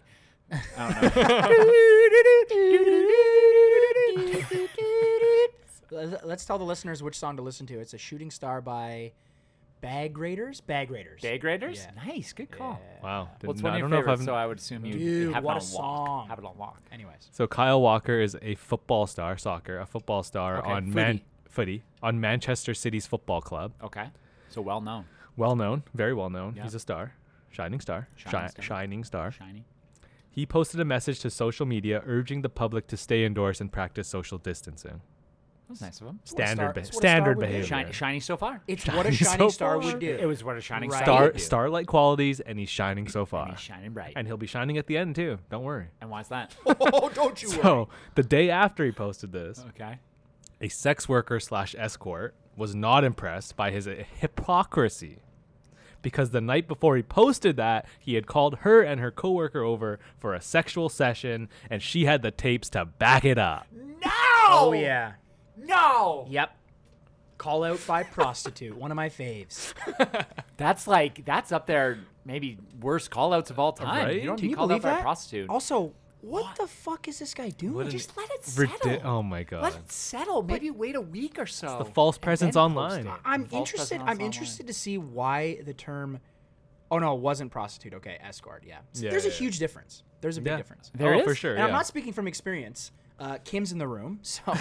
Let- Let's tell the listeners which song to listen to. It's a Shooting Star by Bag Raiders. Bag Raiders.
Day graders?
Yeah.
Nice. Good call.
wow, did
Well, it's
not-
one
I
of your
don't know if
favorites,
I've-
so I would assume you
Dude,
have
what
it
a
on lock.
song.
Have it on lock.
Anyways,
So Kyle Walker is a football star, soccer, a football star
Okay,
on Man footy on Manchester City's football club.
Okay. So well known.
well known, very well known.
Yeah.
He's a star, shining star,
Shining
shi-
star.
shining star.
Shiny.
He posted a message to social media urging the public to stay indoors and practice social distancing.
That was nice of him.
what a
Standard,
star-
be-
it's what a star
standard
would do.
behavior.
Shiny, shiny so far.
It's what a
Shining
shining
so
star would
It-
do.
It was what a shining
Right.
star.
Star,
would do.
starlight qualities, and he's shining so far.
And he's shining bright.
and he'll be shining at the end too. Don't worry.
And why's that?
oh, don't you worry.
So the day after he posted this,
okay.
a sex worker slash escort was not impressed by his hypocrisy because the night before he posted that he had called her and her coworker over for a sexual session and she had the tapes to back it up
No.
Oh yeah.
No.
Yep. Call out by prostitute, one of my faves.
That's like that's up there. Maybe worst call outs of all time.
Right?
You don't
Can
be called out by a prostitute.
Also, what, the fuck is this guy doing?
an
Just let it settle.
Ridi- oh my god
Let it settle. Maybe wait a week or so.
the false
and
presence
then
online.
post it.
I'm
The false
interested.
presence
I'm
online.
interested to see why the term. Oh no, it wasn't prostitute. Okay, escort. Yeah, S-
Yeah,
there's a
yeah, yeah.
huge difference. There's a big
Yeah.
difference.
There
oh,
is?
for sure
And
yeah.
I'm not speaking from experience. Uh, Kim's in the room, so.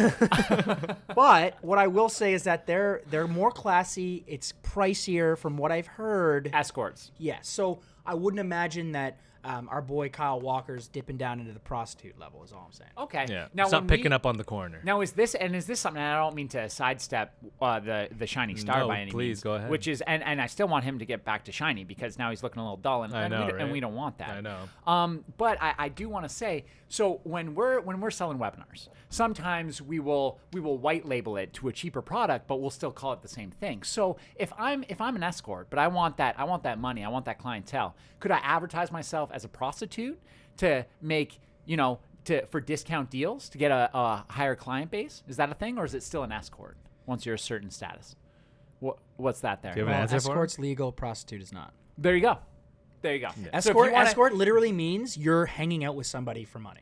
but what I will say is that they're they're more classy. It's pricier, from what I've heard.
Escorts.
Yeah, so I wouldn't imagine that um, our boy Kyle Walker's dipping down into the prostitute level. Is all I'm saying.
Okay.
yeah
Now
stop
when
picking
we-
up on the corner
Now is this and is this something? And I don't mean to sidestep uh, the the shiny star
No,
by any
please,
means.
go ahead.
Which is and, and I still want him to get back to shiny because now he's looking a little dull and,
I
and,
know,
we, don't- and
right?
we don't want that.
I know.
Um, but I, I do want to say so when we're when we're selling webinars, sometimes we will we will white label it to a cheaper product, but we'll still call it the same thing. So if I'm if I'm an escort, but I want that I want that money, I want that clientele. Could I advertise myself as a prostitute to make you know to for discount deals to get a, a higher client base? Is that a thing, or is it still an escort once you're a certain status? What what's that there?
Do you have an
Well,
answer for it?
escort's legal, prostitute is not.
There you go. There you go. So if you
Escort,
wanna-
escort literally means you're hanging out with somebody for money.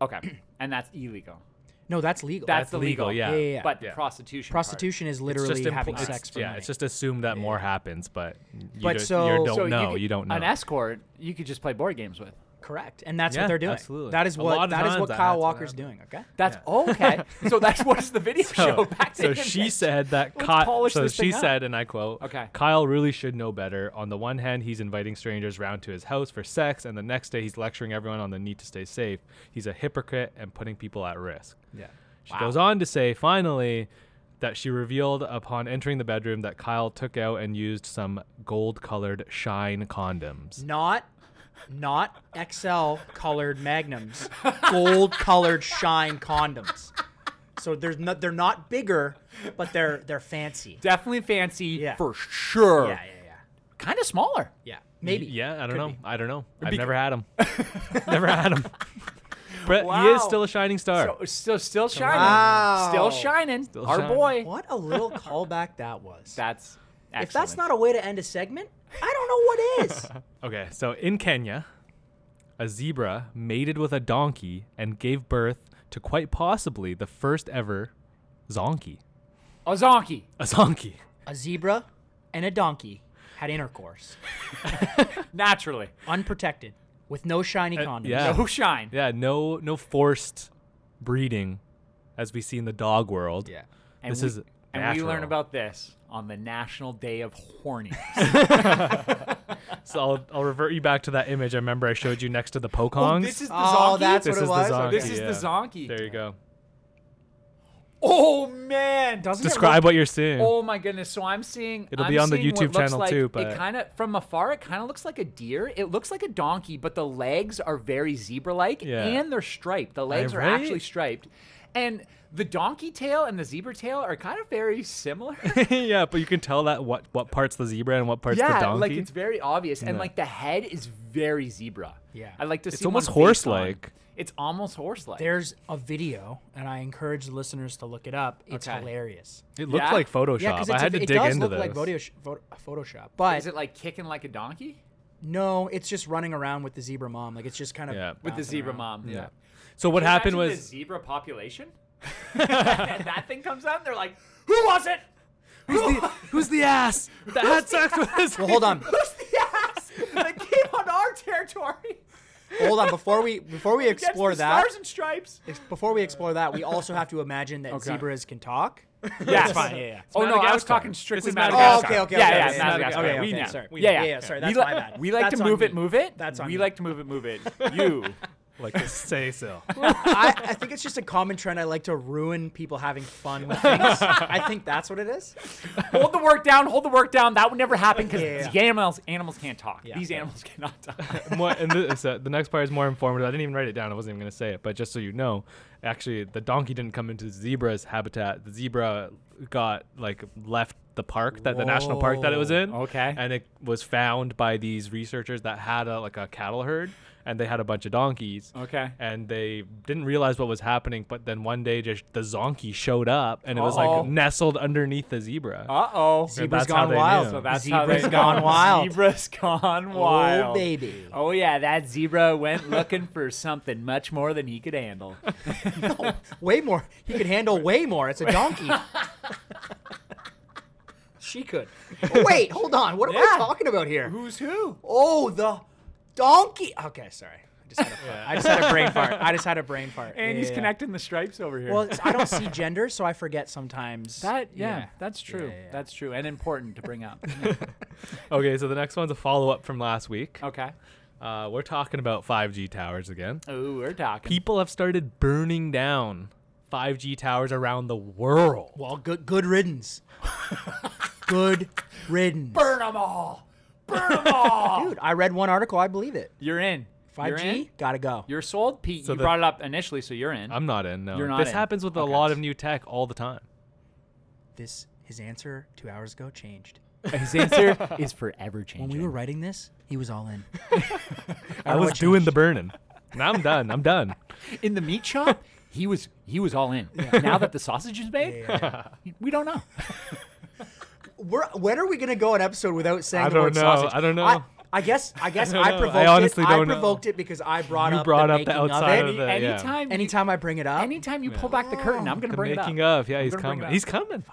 Okay, and that's illegal.
No, that's legal.
That's, the
legal,
legal,
yeah.
Yeah, yeah, yeah.
But the
Yeah.
prostitution. part.
prostitution is
It's
literally
just
having
impl- it's-
sex for
yeah
money.
it's just assumed that more happens but you, do,
But so-
you don't
So
know
could-
you don't know
An escort, you could just play board games with.
correct, and that's
Yeah,
what they're doing.
absolutely.
That is
A lot
what
of
that is
times
what
that-
Kyle
that's what
Walker's
happens.
doing. Okay.
That's okay. so that's what is the video show
So,
back to
Oh. so
him
she
then.
said that
Let's
Kyle.
polish
So
this
she
thing up.
said, and I quote:
Okay.
Kyle really should know better. On the one hand, he's inviting strangers round to his house for sex, and the next day he's lecturing everyone on the need to stay safe. He's a hypocrite and putting people at risk."
yeah.
She goes on to say, finally, that she revealed upon entering the bedroom that Kyle took out and used some gold-colored shine condoms.
Not not XL colored magnums, gold colored shine condoms. So there's no, they're not bigger, but they're they're fancy.
definitely fancy
Yeah.
for sure.
Yeah, yeah, yeah.
Kind of smaller.
Yeah. Maybe.
Yeah, I don't
Could
know.
be.
I don't know. I've
Bec-
never had him. never had him. But he is
Wow.
still a shining star.
So still, still shining.
Wow.
Still shining.
Still
Our
shining.
boy.
What a little callback that was.
That's. Excellent.
if that's not a way to end a segment, I don't know what is.
Okay, so in Kenya, a zebra mated with a donkey and gave birth to quite possibly the first ever zonkey.
a zonkey.
A zonkey.
a zebra and a donkey had intercourse,
Naturally.
unprotected, with no shiny
Uh,
condoms.
yeah.
No shine.
Yeah, no no forced breeding as we see in the dog world.
Yeah.
And
this
we-
is
And we learn
natural.
about this on the National Day of Horniness.
so I'll, I'll revert you back to that image I remember I showed you next to the Pokongs.
this is the
Oh,
zonkey.
that's
This
what it
is
was.
the zonkey.
Oh, This is the zonkey.
There you go.
oh man, doesn't
Describe what you're seeing.
Oh my goodness! So I'm seeing.
It'll
I'm
be on the
seeing what
YouTube
looks
channel
like-
too,
it
but-
kind of from afar, it kind of looks like a deer. It looks like a donkey, but the legs are very zebra-like,
Yeah.
and they're striped. The legs are
right?
actually striped, and the donkey tail and the zebra tail are kind of very similar.
yeah, but you can tell that what what part's the zebra and what part's
yeah,
the donkey.
like it's very obvious, and
Yeah.
like the head is very zebra.
Yeah.
I like to see.
It's almost
one face on.
horse-like.
It's almost horse-like.
There's a video, and I encourage the listeners to look it up. It's
Okay.
hilarious.
It looked
Yeah?
like Photoshop.
Yeah, because
I had to
it
dig
does
into
look
this.
like video sh- photo- Photoshop, but
Is it like kicking like a donkey
no, it's just running around with the zebra mom. Like it's just kind of
Yeah. With
with the
bouncing
zebra
around.
mom?
Yeah. So what
Can you
happened
imagine
was
the zebra population. and that thing comes out, and they're like, "Who was it?
who's, the, who's the ass that had sex with this?
Well, hold on.
Who's the ass that came on our territory?"
hold on before we before we
Against
explore
the
that
Stars and stripes.
ex- before we explore that we also have to imagine that
Okay.
zebras can talk.
Yes.
That's fine. Yeah, yeah.
Oh no, I was
Madagascar.
talking
This
strictly
is
Madagascar.
Madagascar.
Oh, okay, okay,
yeah,
okay,
yeah,
okay,
Madagascar.
okay,
yeah,
okay,
we know.
sorry.
Yeah, yeah,
Yeah, yeah, sorry,
we
that's my bad.
We like
That's
to
on
move it,
me.
move it.
That's on
We
me.
like to move it, move it. You.
Like to say so.
I, I think it's just a common trend. I like to ruin people having fun with things. I think that's what it is.
hold the work down, hold the work down. That would never happen because
Yeah, yeah,
the animals animals can't talk.
Yeah.
These animals cannot talk.
More, and this, uh, the next part is more informative. I didn't even write it down. I wasn't even going to say it, but just so you know, actually, the donkey didn't come into the zebra's habitat. The zebra got like left the park that the national park that it was in.
Whoa, okay.
and it was found by these researchers that had a, like a cattle herd, and they had a bunch of donkeys.
Okay.
and they didn't realize what was happening, but then one day, just the zonkey showed up, and it was
Uh-oh.
like nestled underneath the zebra.
Uh oh.
Zebra's
that's how
gone
they
wild.
knew.
So that's how
Zebra's
they-
gone wild.
Zebra's gone wild.
Oh baby.
Oh yeah, that zebra went looking for something much more than he could handle.
Way more. He could handle way more. It's a donkey. she could. Wait, hold on. What am I
Yeah.
talking about here?
Who's who?
Oh, the donkey. Okay, sorry. I just had a, I just had a brain fart. I just had a brain fart.
And
Yeah,
he's
yeah, yeah.
connecting the stripes over here.
Well, it's- I don't see gender, so I forget sometimes.
that yeah, that's true.
yeah, yeah.
That's true and important to bring up.
Okay, so the next one's a follow up from last week.
okay.
Uh, we're talking about 5G towers again.
Oh, we're talking.
people have started burning down 5G towers around the world.
Well, good good riddance. good riddance.
Burn them all. Burn them all.
Dude, I read one article. I believe it.
You're in. You're
5G,
in?
gotta go.
You're sold, Pete.
So
you
the-
brought it up initially, so you're in.
I'm not in. No,
You're not
this
in.
happens with a
Okay.
lot of new tech all the time.
This his answer two hours ago changed.
His answer is forever changing.
When we were writing this, he was all in.
I was doing the burning. Now I'm done. I'm done.
in the meat shop, he was he was all in. Now that the sausage is made, we don't know.
We're, when are we gonna go an episode without saying
I
the
don't
word
know.
sausage?
I don't know.
I, I guess. I guess
I don't
I,
know. I
provoked
honestly
it.
don't
I
know.
provoked it because I brought
You
up
brought
the
up the
making
outside
of it.
of the- yeah.
anytime, you-
Anytime I bring it up,
anytime you pull back the curtain, I'm gonna
The
bring
making
it up.
of. Yeah,
I'm
he's
gonna bring it
coming.
up.
He's coming.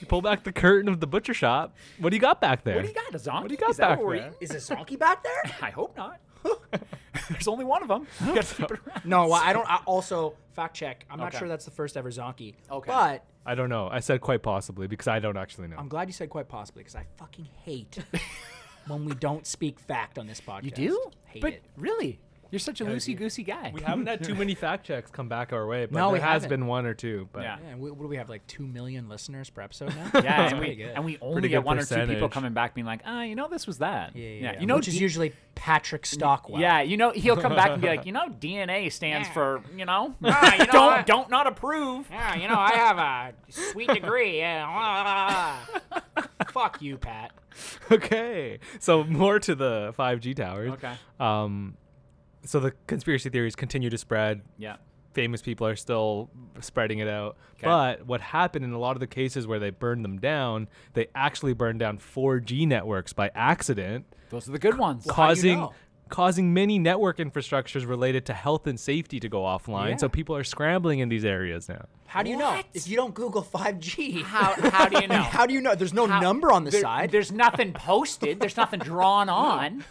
You pull back the curtain of the butcher shop. What do you got back there?
What do you got, a zombie?
What do you got
Is that
back
what we're
there?
eating?
is a Zonky back there?
I hope not. There's only one of them. You gotta keep it around.
No, well, I don't. I also, fact check. I'm not
Okay.
sure that's the first ever Zonky.
Okay.
But
I don't know. I said quite possibly because I don't actually know.
I'm glad you said quite possibly because I fucking hate when we don't speak fact on this podcast.
You do?
Hate
but
it.
really, you're such a loosey goosey guy.
we haven't had too many fact checks come back our way, but
No,
there
we
has
haven't.
been one or two. But
Yeah.
Yeah, and we, what do we have? Like two million listeners per episode now.
Yeah,
That's
and
pretty
we,
good.
and we only
Pretty
get
good
one or two people
percentage.
coming back being like, ah, you know, this was that.
yeah, yeah, yeah.
You know,
which is
D-
usually Patrick Stockwell.
yeah, you know, he'll come back and be like, you know, DNA stands for, you know, ah, you know don't
what?
don't not approve.
Yeah, you know, I have a sweet degree. Yeah.
Fuck you, Pat.
okay. So more to the 5G towers.
Okay.
Um, so the conspiracy theories continue to spread.
Yeah.
famous people are still spreading it out.
'Kay.
But what happened in a lot of the cases where they burned them down, they actually burned down 4G networks by accident,
Those are the good
how
ones.
do you
causing
know?
causing many network infrastructures related to health and safety to go offline. So
Yeah.
people are scrambling in these areas now.
How do you know?
What?
If you don't Google 5G,
How, how do you know?
how do you know? There's no number on the
There-
side.
There's nothing posted. There's nothing drawn on.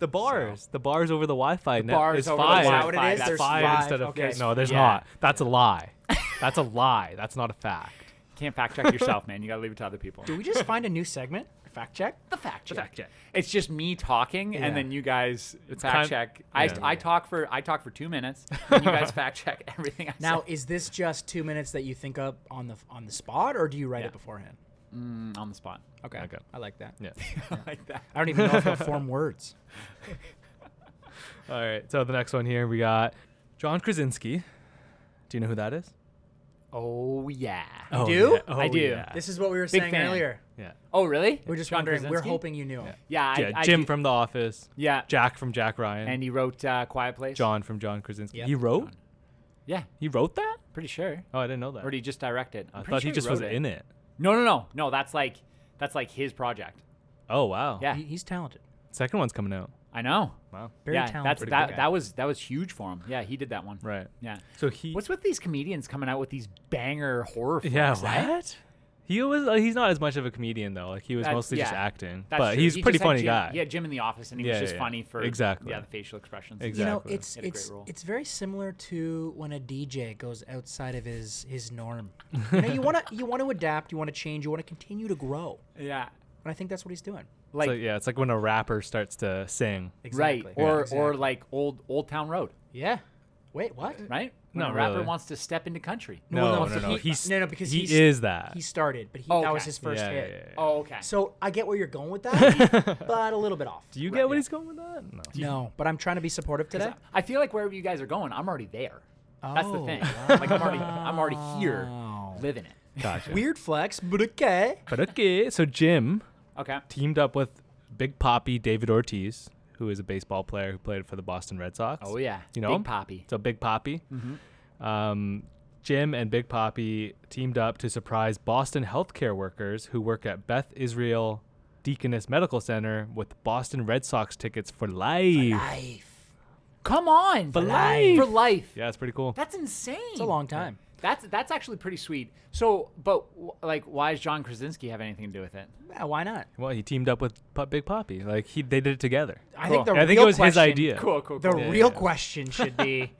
The bars, the bars over the Wi-Fi net
bars
is
over the
five.
Is that what it
Wi-Fi,
is?
that's
There's
Five,
five.
instead of
okay.
no, there's
Yeah.
not. That's a lie. That's a lie. That's not a fact.
Can't fact check yourself, man. You gotta leave it to other people.
Do we just find a new segment? Fact check.
the fact check.
check.
It's just me talking,
Yeah.
and then you guys fact
kind-
check. I,
yeah.
I talk for I talk for two minutes. And you guys fact check everything. I
Now, is this just two minutes that you think up on the on the spot, or do you write
Yeah.
it beforehand?
said Mm, on the spot.
Okay.
Okay.
I like that.
Yeah.
like that.
I don't even know if they'll form words.
All right. So the next one here we got John Krasinski. Do you know who that is?
Oh yeah.
Oh,
do?
yeah.
I
Oh,
do.
yeah.
This is what we were
Big
saying
fan.
earlier.
yeah.
Oh really?
We're just
John
wondering.
Krasinski?
We're hoping you knew.
Yeah. I,
yeah,
I
Jim
do-
from The Office.
Yeah.
Jack from Jack Ryan.
And he wrote uh, Quiet Place.
John from John Krasinski.
Yep.
He wrote?
Yeah.
He wrote that?
Pretty sure.
Oh, I didn't know that.
Or did he just direct it?
I
I'm
thought
pretty sure
he just
wrote
was in it.
No, no, no, no. That's like that's like his project.
Oh wow.
Yeah.
He- he's talented.
Second one's coming out.
I know.
Wow.
Very
yeah,
talented.
that's
Pretty
that.
good guy.
That was that was huge for him. Yeah, he did that one.
Right.
Yeah.
So he.
What's with these comedians coming out with these banger horror
yeah.
films? eh?
What? He was. uh, he's not as much of a comedian though. Like he was
That's-
mostly just
yeah.
acting.
That's
but
true.
he's
He
a pretty
just had
funny
Jim-
guy.
He had Jim in the office, and he
Yeah,
was just
yeah,
funny for
exactly.
yeah the facial expressions.
Exactly.
You know,
Exactly.
it's
Had a great
it's
role.
it's very similar to when a DJ goes outside of his his norm. You know, you want to you want to adapt, you want to change, you want to continue to grow,
Yeah,
and I think that's what he's doing.
like
so, yeah, it's like when a rapper starts to sing.
right,
Exactly.
or
exactly.
or like old Old Town Road,
yeah. Wait, what?
right? When a
Not
rapper
really.
wants to step into country.
No,
well,
no, no. He's-
no, no, because
he
he's,
is that. Oh,
He started, but he, that was
Okay.
his first
yeah,
hit.
yeah, yeah.
Oh, okay.
So I get where you're going with that, but a little bit off.
Do you get what he's going with that? No.
No, but I'm trying to be supportive today.
I feel like wherever you guys are going, I'm already there. That's the
Oh,
thing. Like I'm already, I'm already here,
wow.
living it.
Gotcha.
Weird flex, but okay.
but okay, so Jim
Okay.
teamed up with Big Poppy David Ortiz, who is a baseball player who played for the Boston Red Sox.
Oh yeah.
you know
Big
him?
Poppy.
So Big Poppy. Um, Jim and Big Poppy teamed up to surprise Boston healthcare workers who work at Beth Israel Deaconess Medical Center with Boston Red Sox tickets for life.
Life.
Come on. For
life.
For life.
Yeah, it's pretty cool.
That's insane.
It's a long time.
That's that's actually pretty sweet. So, but w- like, why does John Krasinski have anything to do with it?
Yeah, why not?
Well, he teamed up with P- Big Poppy. Like he, they did it together.
I
Cool.
think the
I think
real
it was his
question-
idea.
Cool, cool,
The
cool.
Yeah,
real
yeah.
question should be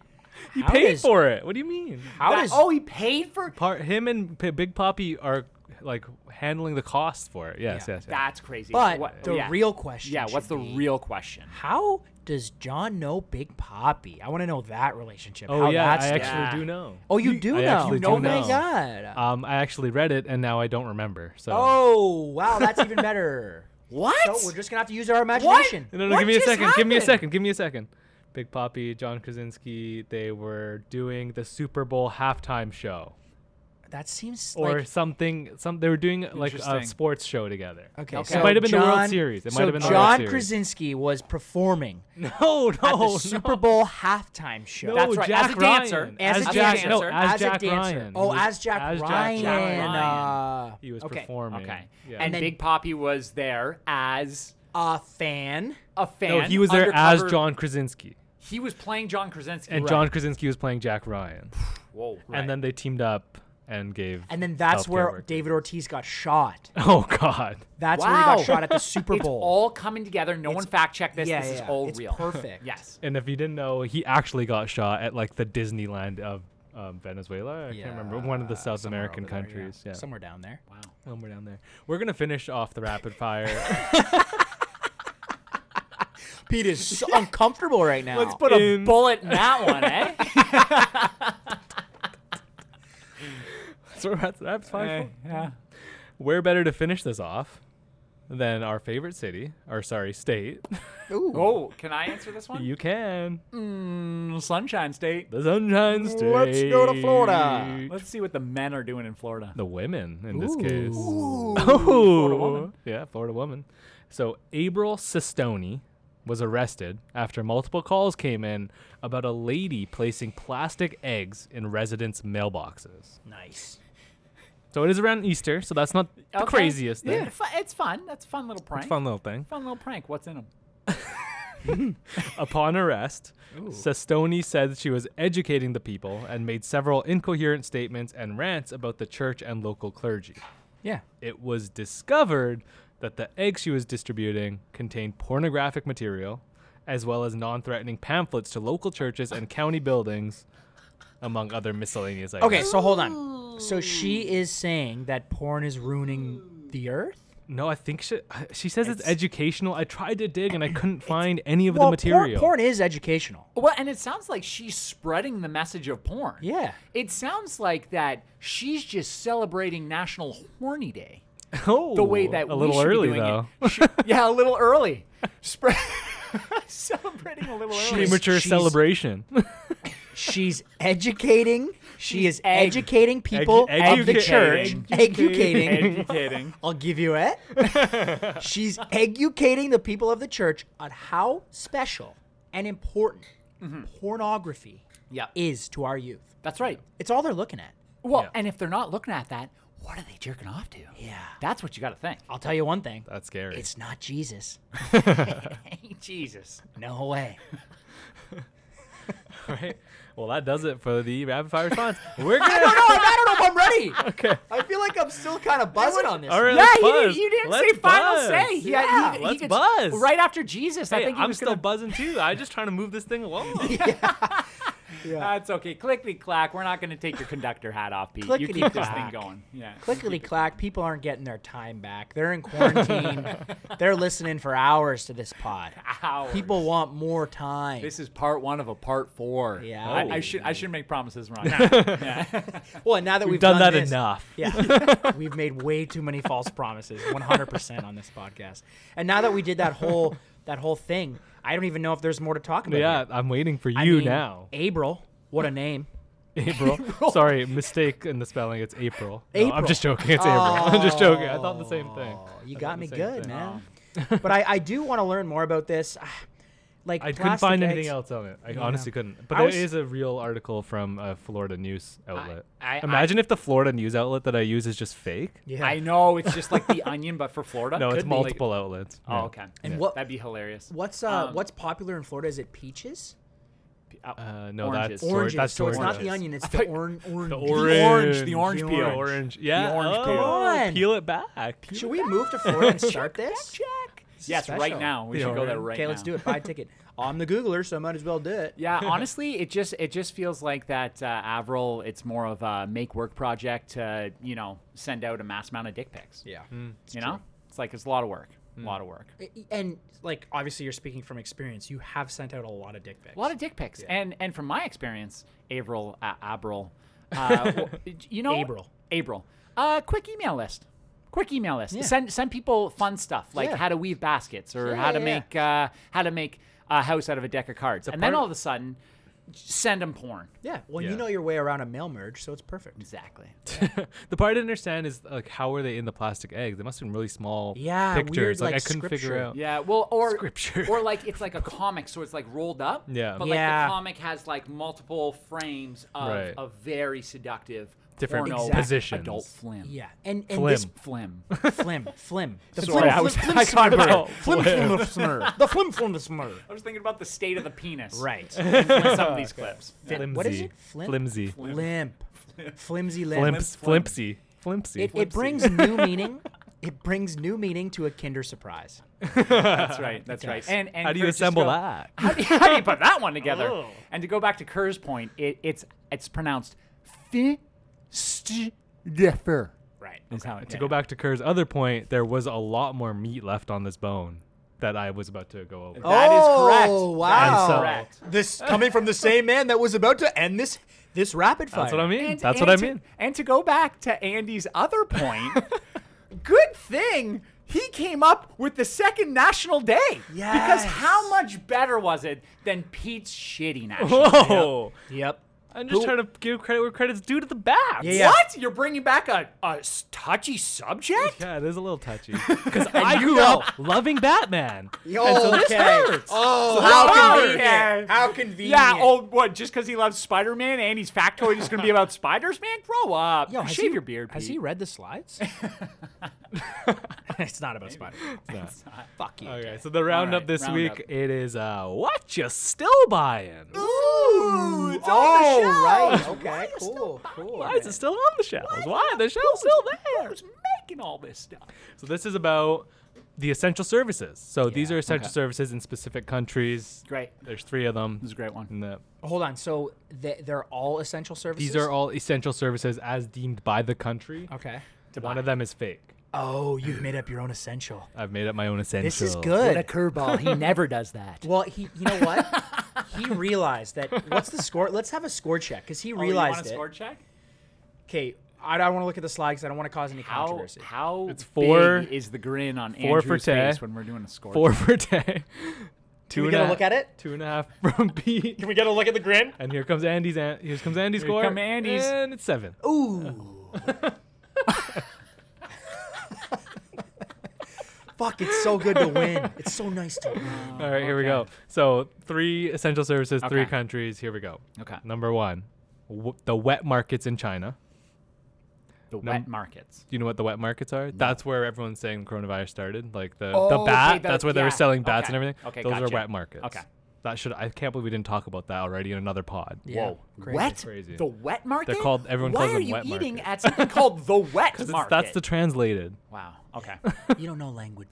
He
How
paid
does-
for it. What do you mean?
how
That-
does
oh, he paid for.
Part him and P- Big Poppy are like handling the cost for it. Yes,
Yeah.
yes, yes.
That's crazy.
but
What-
the
yeah.
real question.
Yeah, what's
should
the
be,
real question?
How does John know Big Poppy? I want to know that relationship.
oh
how
yeah,
that's
I
done.
actually
yeah.
do know.
Oh, you do
I
know.
actually
oh
do
my
know.
god.
Um, I actually read it and now I don't remember. So.
oh wow, that's even better.
What?
So we're just gonna have to use our imagination.
No, no, no
What
give me a
just
second. Give me a
happened?
second. Give me a second. Big Poppy, John Krasinski, they were doing the Super Bowl halftime show
That seems
or
like
something. Some they were doing like a
Interesting.
sports show together.
okay.
Okay.
So
It
might have been the
John,
World Series. It
so
might have been the
John
World Series.
Krasinski was performing
No, no,
at the
no.
Super Bowl halftime show.
No,
That's right,
Jack
as a
Ryan.
dancer,
as,
as a
Jack,
dancer,
no, as,
as
Jack
a dancer.
Ryan.
Oh,
He was-
as Jack Ryan.
Ryan.
Ryan.
Uh,
He was
okay.
performing.
Okay.
Yeah.
And
then-
Big Poppy was there as
A fan.
a fan.
no, he was there as
undercover-
John Krasinski,
He was playing John Krasinski.
and John Krasinski was playing Jack Ryan,
Whoa.
and then they teamed up and gave.
And then that's
healthcare
where
workers.
David Ortiz got shot.
Oh God.
That's where he got
Wow.
shot at the Super
It's
Bowl.
all coming together. No one fact checked this.
yeah,
this
yeah,
is all
it's
real.
perfect.
Yes.
And if you didn't know, he actually got shot at like the Disneyland of um, Venezuela. I can't remember one of the
Yeah,
South
somewhere
American
over there,
countries. yeah,
somewhere down there.
Wow.
somewhere down there. We're gonna finish off the rapid fire.
Pete is so uncomfortable right now.
Let's put a
In-
bullet in that one, eh?
so that's rapid fire. yeah. Where better to finish this off than our favorite city, or sorry, state?
oh, can I answer this one?
you can
Sunshine State.
the Sunshine State.
Let's go to Florida.
Let's see what the men are doing in Florida.
The women in this case.
Ooh.
Florida woman. Yeah, Florida woman. So April Sistoni was arrested after multiple calls came in about a lady placing plastic eggs in residents' mailboxes.
nice.
So it is around Easter, so that's not the
Okay.
craziest thing.
Yeah, fu- it's fun. That's a fun little prank.
Fun little thing.
Fun little prank. What's in them?
Upon arrest, Sistoni said she was educating the people and made several incoherent statements and rants about the church and local clergy.
Yeah.
it was discovered that the eggs she was distributing contained pornographic material as well as non-threatening pamphlets to local churches and county buildings among other miscellaneous items.
Okay, so hold on. So she is saying that porn is ruining the earth.
No, I think she I- she says it's,
It's-
educational. I tried to dig and I couldn't find any of
Well,
the
porn-
material.
Porn, is educational.
Well, and it sounds like she's spreading the message of porn.
Yeah.
It sounds like that she's just celebrating National Horny Day.
oh,
The way that
a
we
little
should be
early
doing it.
though.
She- yeah, a little early. Spread celebrating a little early.
Premature
she's-
celebration.
She's educating. She is
egg-
educating people
edu-
of the church.
educating.
Educating.
Educating.
I'll give you it. She's educating the people of the church on how special and important pornography
Yeah.
is to our youth.
That's right.
It's all they're looking at.
Well,
Yeah.
and if they're not looking at that, what are they jerking off to?
Yeah.
That's what you got to think.
I'll tell you one thing.
That's scary.
It's not Jesus.
Jesus.
No way.
right. Well, that does it for the rapid fire response. We're
I don't know.
gonna.
I don't know if I'm ready.
okay.
I feel like I'm still kind of buzzing on this.
All right.
yeah,
let's
he didn't,
buzz.
you didn't
Let's
say final
buzz.
say. He, had-
Yeah.
he, he
Let's
could-
buzz.
Right after Jesus, I
Hey,
think he
I'm
was
still
gonna-
buzzing too. I just trying to move this thing along.
Yeah.
That's okay. Clickety clack. We're not going to take your conductor hat off, Pete. you keep this thing
Clickety-clack.
going. Yeah.
Clickety clack, people aren't getting their time back. They're in quarantine. They're listening for hours to this pod.
Hours.
People want more time.
This is part one of a part four.
Yeah.
I, I
Oh.
should I should make promises wrong. Yeah.
well, and now that we've,
We've done, that
this-
enough.
Yeah. We've made way too many false promises, 100% on this podcast. And now that we did that whole that whole thing, I don't even know if there's more to talk about.
Yeah,
here.
I'm waiting for you
I mean,
now.
April, what a name.
April. Sorry, mistake in the spelling. It's April. No, I'm
April.
just joking. It's April. I'm just joking. I thought the same thing.
Oh,
I
you
thought
got
the
me
same
good,
thing.
Um,
man. but I, I do want to learn more about this. Ah, Like
I couldn't find
plastic
anything else
eggs-
on it. I honestly couldn't. But
I
there
was-
is a real article from a Florida news outlet.
I- I-
Imagine if the Florida news outlet that I use is just fake.
Yeah.
I know it's just like the onion, but for Florida.
No,
Could
it's
be.
multiple outlets.
Like-
Yeah.
oh, okay.
And what-
That'd be hilarious.
What's uh
Um,
what's popular in Florida? Is it peaches?
Uh,
Uh, no, that's
Oranges.
George-
Oranges.
That's
so it's not the
Georgia's.
onion, it's the orange. orange.
The
orange,
orange,
the orange
the
peel.
orange. Yeah,
orange peel.
oh,
Come on.
peel it back. Peel
Should
it
we
back.
move to Florida and start this? This is
yes, right
special.
now. We
The
should go there
orange.
right now.
Okay, let's do it. Buy a ticket. I'm the Googler, so I might as well do it.
Yeah, honestly, it just it just feels like that uh, Avril. It's more of a make work project to you know send out a mass amount of dick pics.
Yeah. it's
you
true. Mm.
know, it's like it's a lot of work. A lot of work.
I- And like obviously you're speaking from experience. You have sent out a lot of dick pics.
A lot of dick pics, and and from my experience, Avril, uh, Avril, uh, w- you know,
Avril.
Avril. Uh, quick email list. Quick email list. Send send people fun stuff like
Yeah.
how to weave baskets or
Yeah,
how to
yeah, yeah.
make uh, how to make a house out of a deck of cards, and then
part-
all of a sudden, j- send them porn.
Yeah. Well,
Yeah.
you know your way around a mail merge, so it's perfect.
Exactly.
the part I didn't understand is like how were they in the plastic egg? They must have been really small
Yeah, weird,
pictures. like,
like,
I couldn't figure
scripture.
out.
Yeah, well, or
Scripture.
or like it's like a comic, so it's like rolled up.
Yeah.
but like
Yeah.
the comic has like multiple frames of
Right.
a very seductive
Different
porno
Exact-
positions.
adult flim.
Yeah. And and this
Flim.
flim.
flim flim. The
Sorry, I was- I
flim,
got
smurf.
it.
flim flim of smurf. The flim flim of smurf.
I was thinking about the state of the penis.
Right.
In some of these clips.
Flimsy.
What is it? Flim-
Flimsy.
Limp. Flimsy limp.
Flimps. Flimpsy. Flimpsy.
It, it brings new meaning. It brings new meaning to a Kinder surprise.
That's right. That's right. And, and
how do you
Kurt, just
assemble Oh.
go-
that?
How do, you, how do you put that one together? And to go back to Kerr's point, it, it's it's pronounced fi st differ.
Right.
Is how it
to go back to Kerr's other point, there was a lot more meat left on this bone that I was about to go over.
That is correct.
Oh
That is
wow!
correct.
This coming from the same man that was about to end this this rapid fire.
That's what I mean.
And-
That's
and
what I
to-
mean.
and to go back to Andy's other point, good thing he came up with the second national day. Because
Yes.
how much better was it than Pete's shitty national day?
Whoa.
Yep.
I'm just trying to give credit where credit's due to the bats.
Yeah, yeah.
What? You're bringing back a, a s- touchy subject?
Yeah, it is a little touchy. Because I grew up loving Batman.
Oh, okay. Oh, how
Oh,
convenient!
yeah.
How convenient!
Yeah, oh, what? Just because he loves Spider Man and he's factoid is going to be about spiders? Man, grow up.
Yo, has
Shave
he-
your beard.
Has
Pete.
he read the slides? it's not about Spider. Fuck you.
Okay, so the roundup
right,
this
round
week
up.
it is uh what you still buying?
Ooh,
it's
oh,
on the
right. Okay, cool, cool.
Why is it still on the shelves? Why are the shelves still there?
Who's making all this stuff?
So this is about the essential services. So these are essential services in specific countries.
Great.
There's three of them.
This is a great one.
And the,
Hold on. So th- they're all essential services.
these are all essential services as deemed by the country.
Okay.
One of them is fake.
Oh, you've made up your own essential.
I've made up my own essential.
This is good.
curveball. He never does that.
Well, he, you know what? he realized that. What's the score? Let's have a score check because he
Oh,
realized it.
check?
Okay, I don't want to look at the slide because I don't want to cause any
How
controversy.
how
It's four-
big is the grin on
four for
Andrew's
Tay,
face when we're doing a score?
Four for ten. Two
we
and
get a
ha-
look at it?
Two and a half from Pete.
we get a look at the grin?
And here comes Andy's. An- here comes Andy's
Here
score.
come Andy's.
And it's seven.
Ooh. Fuck! It's so good to win. It's so nice to win.
All right, here we go. So three essential services, three
Okay.
countries. Here we go.
Okay.
Number one, w- the wet markets in China.
The wet markets.
Do you know what the wet markets are? That's where everyone's saying coronavirus started. Like the,
Oh,
the
okay,
bat.
the-
that's where they
yeah,
were selling bats
okay,
and everything.
okay,
Those
gotcha.
are wet markets.
Okay.
That should I can't believe we didn't talk about that already in another pod.
Yeah.
Whoa,
Crazy.
wet?
Crazy.
The wet market?
called- everyone
Why
calls
are
them
you
wet
eating
market.
at something called the wet
Because
market?
that's the translated
wow. Okay.
You don't know language.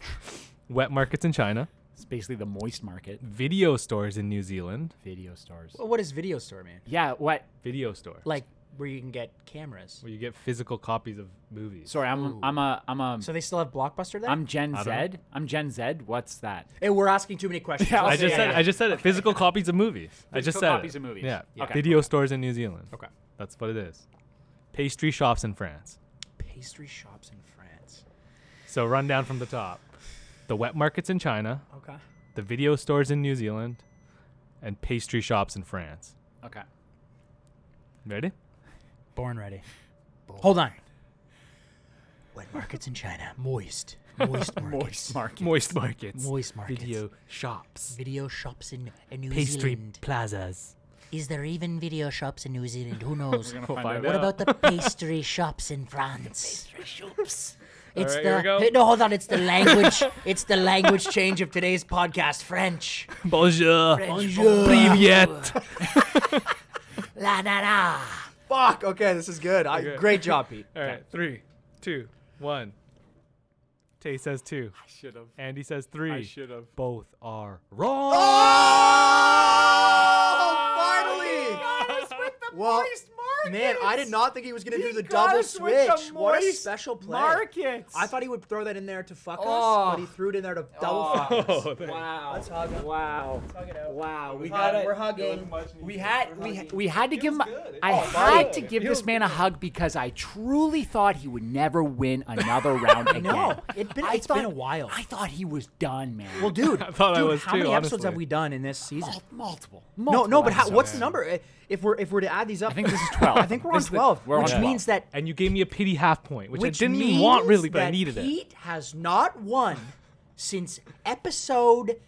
wet markets in China,
it's basically the moist market.
video stores in New Zealand,
Video stores.
Well, what does video store mean?
Yeah. What?
video stores
Like where you can get cameras.
where you get physical copies of movies.
Sorry, I'm I'm a I'm a
So they still have Blockbuster there?
am Gen
I
Z.
don't
I'm Gen Z. What's that?
Hey, we're asking too many questions.
Yeah,
I
I'll
Let's-
just
yeah,
said
yeah.
I just said it. Physical copies of movies. I just
Physical
said
copies
it.
of movies.
Yeah.
Okay.
Video stores in New Zealand.
Okay.
That's what it is. Pastry shops in France.
Pastry shops in France.
So run down from the top. The wet markets in China,
Okay.
the video stores in New Zealand, and pastry shops in France.
Okay.
Ready?
Born ready. Hold on. Wet markets in China. Moist. Moist markets.
market.
Moist markets.
Moist markets.
Video shops.
Video shops in, in New
Pastry
Zealand.
plazas.
Is there even video shops in New Zealand? Who knows?
We'll find out.
What about the pastry shops in France? It's
Alright,
the
here we go.
Hey, no, hold on. It's the language. it's the language change of today's podcast. French.
Bonjour.
Bonjour.
Privyet.
La na na.
Fuck. Okay, this is good. I, Great job, Pete.
All right. Three, two, one. Tay says two. I should have. Andy says three. I should have. Both are wrong.
Oh, well, man, I did not think he was gonna do the double switch. what a special play!
Markets.
I thought he would throw that in there to fuck
Oh.
us, but he threw it in there to double fuck us.
Oh, thanks.
Wow.
Let's hug him.
Wow.
Wow, we
got
got
it.
We're hugging.
we had we, we had to give him.
good.
I
Oh,
had to give this man a hug because I truly thought he would never win another round again.
No, it been,
I
it's been
thought-
a while.
I thought he was done, man.
well, dude.
I thought I
dude,
was
how
too,
many episodes have
honestly.
we done in this season?
Mul- multiple,
No,
multiple.
no, but how,
episodes.
what's the number?
Eh,
I- If we're if we're to add these up,
I think this is twelve.
I think we're on
This is the-
twelve,
we're on
which
12.
means that
And you gave me a pity half point, which,
Which
I didn't even want really,
means
but I
that
needed it.
Pete has not won since episode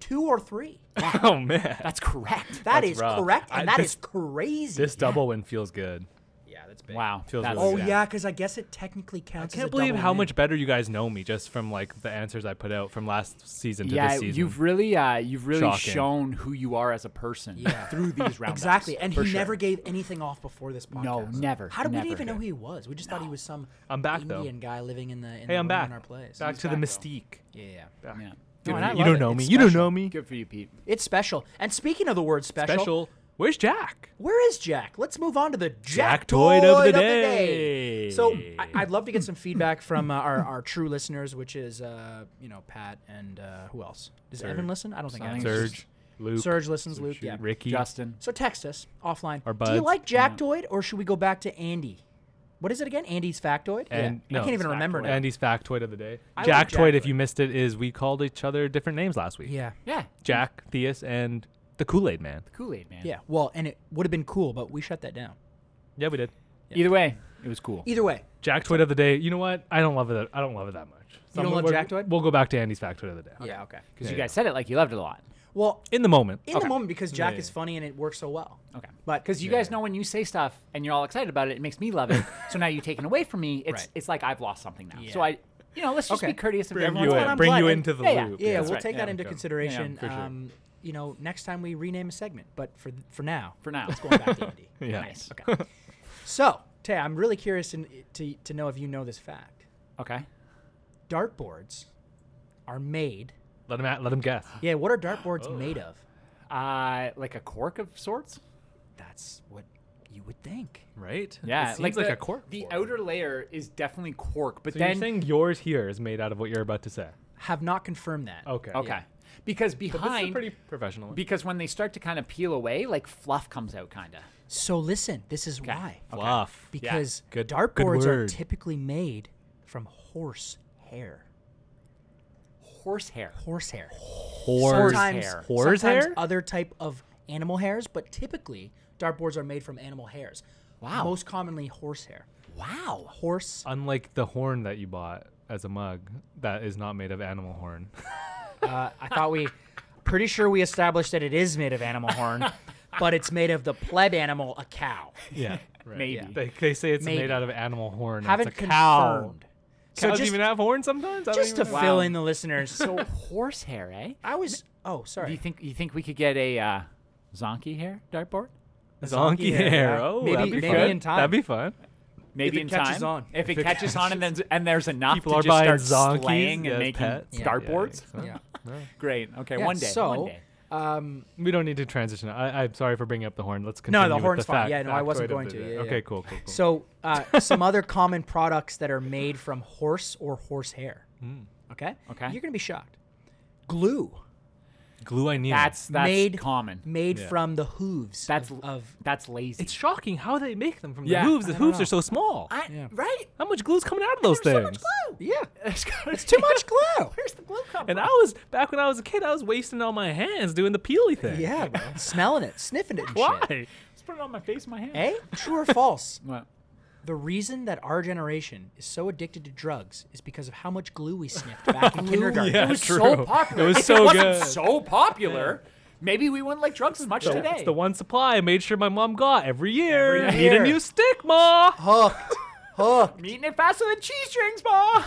two or three.
Oh man.
That's correct.
That's
That's rough.
correct,
I-
and that
this-
is crazy.
This double win feels good.
yeah, that's big.
Wow.
Feels
that's-
really
oh
Yeah.
yeah, because I guess it technically counts. as
I
a
can't believe
double
how
win.
much better you guys know me just from like the answers I put out from last season to
yeah,
this season.
you've really uh, you've really
Shocking.
shown who you are as a person
Yeah.
through these rounds.
Exactly,
And
For
he
sure.
never gave anything off before this podcast.
No, never,
How did we
never.
didn't even know who he was? We just thought he was some
I'm back, though.
Indian guy living in the in
hey,
the
I'm
room
back.
in our place.
Back to the
back, though.
mystique.
Yeah, yeah. yeah.
Yeah.
Good for
and I
you.
love
you don't
it.
know
It's
me. You don't
special.
know me.
Good for you, Pete.
It's special. And speaking of the word special,
Special. Where's Jack?
where is Jack? Let's move on to the Jack
Jacktoid
Toid
of the
day.
day.
So I- I'd love to get some feedback from uh, our, our true listeners, which is uh, you know Pat and uh, who else? Does Evan listen? I don't think
I
Evan
think
listens.
Serge. Luke.
Serge listens. Luke, yeah.
Ricky.
Justin.
So text us offline.
Our
Do
buds.
you like Jacktoid or should we go back to Andy? What is it again? Andy's factoid?
And
yeah.
no,
I can't even
it's
remember
factoid.
now.
Andy's factoid of the day.
I like
Jacktoid,
Jacktoid.
if you missed it, is we called each other different names last week.
Yeah.
Yeah.
Jack, Theus, and the Kool Aid Man.
Kool Aid man.
Yeah. Well, and it would have been cool, but we shut that down.
Yeah, we did.
Either way, it was cool.
Either way,
Jacktoid of the day. You know what? I don't love it. I don't love it that much. So
don't
I'm-
love
we're-
Jacktoid?
We'll go back to Andy's factoid of the day.
yeah, okay.
Because
Yeah,
you guys said it like you loved it a lot.
Well,
In the moment.
in the moment because Jack
Yeah,
is
yeah.
funny and it works so well.
Okay.
But
Because you guys know when you say stuff and you're all excited about it, it makes me love it. so now you've taken away from me. It's
Right.
it's like I've lost something now. So
Yeah.
I, you know, let's just
Okay.
be courteous of
Bring
everyone.
you
That's what
in.
I'm
Bring you
glad.
into the
Yeah, yeah.
loop.
yeah,
that's
we'll
right.
take that
Yeah,
into
okay.
consideration.
for sure.
um, you know, next time we rename a segment, but for for now,
For now.
it's going back to Andy.
Yeah.
Nice.
Okay. so, Tay, I'm really curious in, to to know if you know this fact.
Okay.
Dartboards are made.
Let him at, let him guess.
Yeah, what are dartboards made of?
Uh, like a cork of sorts.
That's what you would think.
Right?
Yeah,
It seems like,
the,
a cork.
The
board.
outer layer is definitely cork, but
So
then
you're saying yours here is made out of what you're about to say.
Have not confirmed that.
Okay.
okay, because
This is a
behind
pretty professional. one.
because when they start to kind of peel away, like fluff comes out, kind of.
So listen, this is why.
Fluff.
Because
Good- good
dartboards are
word.
typically made from horse hair.
Horsehair.
Horse hair.
Horse
sometimes,
hair.
Whore's
sometimes
hair?
other type of animal hairs, but typically dartboards are made from animal hairs.
Wow.
Most commonly horse hair. Wow. Horse.
Unlike the horn that you bought as a mug, that is not made of animal horn.
Uh, I thought we, pretty sure we established that it is made of animal horn, but it's made of the pleb animal, a cow.
yeah. Right.
Maybe.
They, they say it's
Maybe.
made out of animal horn. and
Haven't
it's a cow.
confirmed. So
Cows
just-
even have horns sometimes. I don't
Just to
even know.
fill in the listeners,
So horsehair, eh?
I was. Oh,
Do you
sorry.
think you think we could get a uh, Zonky hair dartboard?
Zonky
hair,
hair.
yeah.
Oh,
Maybe-
that'd be
maybe
fun.
in time.
That'd be fun.
Maybe
it
in
catches
time,
on.
if it
If it
catches on, and then and there's enough
People
to
are
just
buying
start
zonkies
slaying
as
and making
pets. Yeah.
dartboards.
Yeah,
yeah.
Great. Okay,
Yeah,
one day.
So,
one day.
um,
We don't need to transition. I, I'm sorry for bringing up the horn. Let's
No,
continue.
the
with
horn's fine.
fact-
Yeah, no, I wasn't
factoid of
going
the
to.
day.
Yeah, yeah, yeah.
Okay, cool, cool, cool.
so uh, some other common products that are made from horse or horse hair. Okay.
Hmm. Okay.
You're gonna be shocked. Glue
glue I need.
That's that's
Made-
common.
made
Yeah.
from the hooves.
That's
of, of
that's lazy.
it's shocking how they make them from the
Yeah,
hooves. The
I don't
hooves
know.
are so small.
I,
Yeah.
Right?
How much glue's coming out of those
There's so
things?
much glue.
yeah.
It's, gotta
It's
be-
too much glue.
Where's the glue come
And I
from?
was back when I was a kid. I was wasting all my hands doing the peely thing.
Yeah, bro. smelling it, sniffing it. And Shit.
Why?
Just put it on my face, my hand.
Eh? True or false?
What?
The reason that our generation is so addicted to drugs is because of how much glue we sniffed back in kindergarten.
yeah.
it was
true.
so popular.
It was
if
so
it wasn't
good.
so popular, maybe we wouldn't like drugs as much
So
today.
it's the one supply I made sure my mom got every year.
Every
Need
year.
a new stick, ma.
Hooked. Hooked.
I'm eating it faster than cheese strings, ma.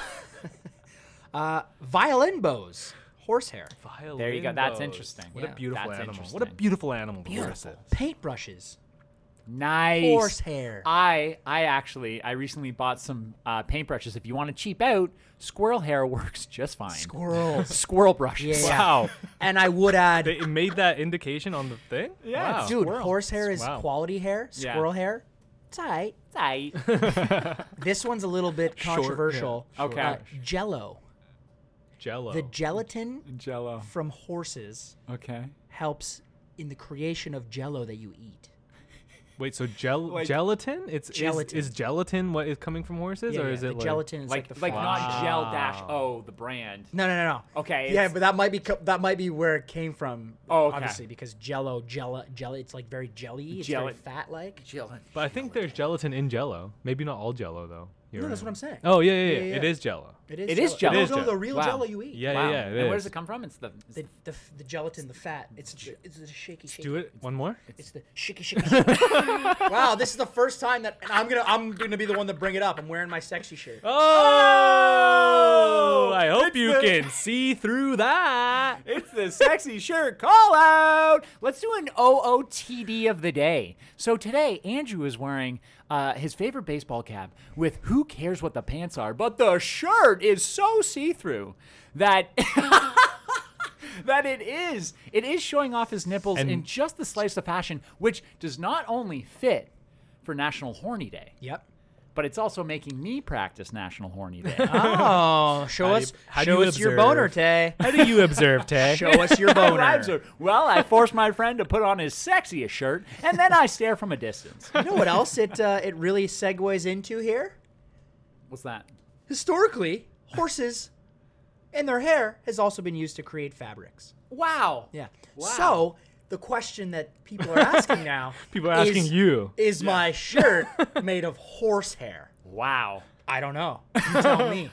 Violin bows. Horsehair.
There you go.
Violin
That's
bows.
interesting.
What
Yeah.
a beautiful
That's
animal. What a
interesting.
beautiful animal the horse is.
Paintbrushes.
Nice.
Horsehair.
I I actually I recently bought some uh, paintbrushes. If you want to cheap out, squirrel hair works just fine.
Squirrels.
squirrel brushes.
Yeah. Wow. and I would add,
They made that indication on the thing.
Yeah,
Wow.
dude, horsehair is
Wow.
quality hair.
Yeah.
Squirrel hair, tight.
Tight.
This one's a little bit
Short, yeah. Oh,
controversial.
Okay.
Uh, Jello.
Jello.
The gelatin
Jello.
from horses
Okay.
helps in the creation of jello that you eat.
Wait, so gel gelatin? It's
Gelatin.
gelatin. Is, gelatin what is coming from horses,
Yeah,
or
yeah,
is
the
it like,
gelatin is like,
Like
the
like
fine
not
shit.
gel dash O the brand.
No, no, no, no.
Okay.
Yeah,
it's-
but that might be co- that might be where it came from.
Oh, okay.
obviously because Jello, Jello, Jelly. It's like very jelly. It's very
Jelly.
fat like.
But I think there's gelatin in Jello. Maybe not all Jello though. You're
No, that's
right.
what I'm saying.
Oh yeah, yeah, yeah.
yeah,
It
yeah.
is Jello.
is.
It is
Jell-O.
Jell-O. It is
No, no,
Jell-O.
the real
Wow.
Jello you eat.
Yeah,
Wow.
yeah, yeah.
And
It
where
is.
does it come from? It's the. it's
The, the, f- the gelatin, the fat. It's the, it's the shaky, shaky.
Do it one more.
It's the shaky, shaky. shaky. wow, this is the first time that and I'm gonna I'm gonna be the one to bring it up. I'm wearing my sexy shirt.
Oh! I hope you
the-
can see through that.
It's the sexy shirt call out. Let's do an OOTD of the day. So today, Andrew is wearing uh, his favorite baseball cap with who cares what the pants are, but the shirt is so see through that. That it is. It is showing off his nipples
And-
in just the slice of fashion, which does not only fit for National Horny Day,
Yep.
but it's also making me practice National Horny Day.
Oh, show
How do
us
you- how do
show
you
us your boner,
observe?
Tay.
How do you observe, Tay?
Show us your boner.
Lives are- well, I force my friend to put on his sexiest shirt, and then I stare from a distance.
You know what else it uh, it really segues into here?
What's that?
Historically, horses and their hair has also been used to create fabrics.
Wow.
Yeah.
Wow.
So the question that people are asking now
People are asking
is,
you.
Is my shirt made of horse hair?
Wow.
I don't know. You tell me.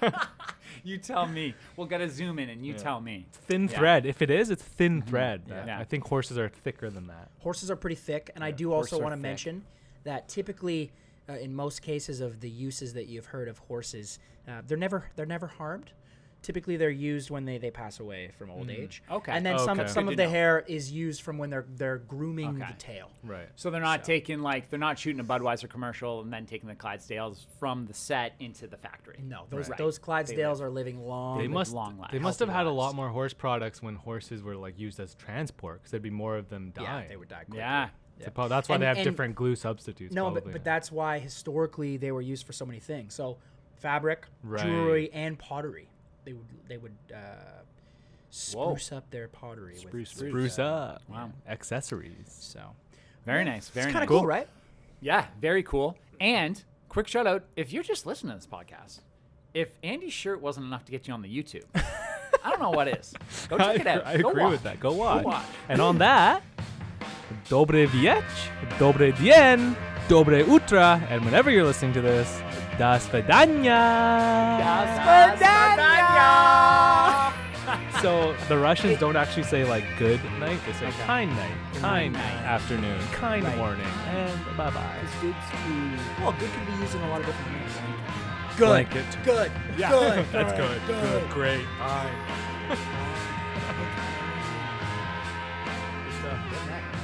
You tell me. We'll get a zoom in, and you tell me.
Thin thread. If it is, it's thin thread.
Yeah.
I think horses are thicker than that.
Horses are pretty thick, and I do also
horses are
want to
thick.
mention that typically, uh, in most cases of the uses that you've heard of horses, uh, they're never they're never harmed. Typically, they're used when they, they pass away from old age.
Mm-hmm. Okay.
and then some
Okay.
some
Good
of
to
the
know.
hair is used from when they're they're grooming
Okay.
the tail.
Right.
So they're not taking like they're not shooting a Budweiser commercial and then taking the Clydesdales from the set into the factory.
No, those
Right.
those Clydesdales are living long.
They
live
must.
long life,
they must have
healthy
had a
lives.
lot more horse products when horses were like used as transport, because there'd be more of them dying.
yeah, they would die. Quickly.
Yeah.
So prob- that's why
And-
they have
and-
different glue substitutes.
No, but,
probably.
but that's why historically they were used for so many things. So fabric,
Right.
jewelry, and pottery. They would they would uh, spruce up their pottery. with,
Spruce,
spruce up.
Wow.
Accessories.
So
Very nice. Very
it's kind
nice.
of cool, right?
Yeah, very cool. And quick shout out if you're just listening to this podcast, if Andy's shirt wasn't enough to get you on the YouTube, I don't know what is. Go check it
I,
out.
I
Go
agree
watch.
with that. Go watch.
watch.
And on that, dobre viech, dobre dien, dobre utra, and whenever you're listening to this, das vidania. So the Russians don't actually say like good night; they say kind night, kind afternoon, kind morning, and bye bye.
Well, good could be used in a lot of different ways. Good.
Blanket.
Good.
Yeah,
Good.
that's good.
Good.
Good. Great. Aye.
Good stuff. Good night.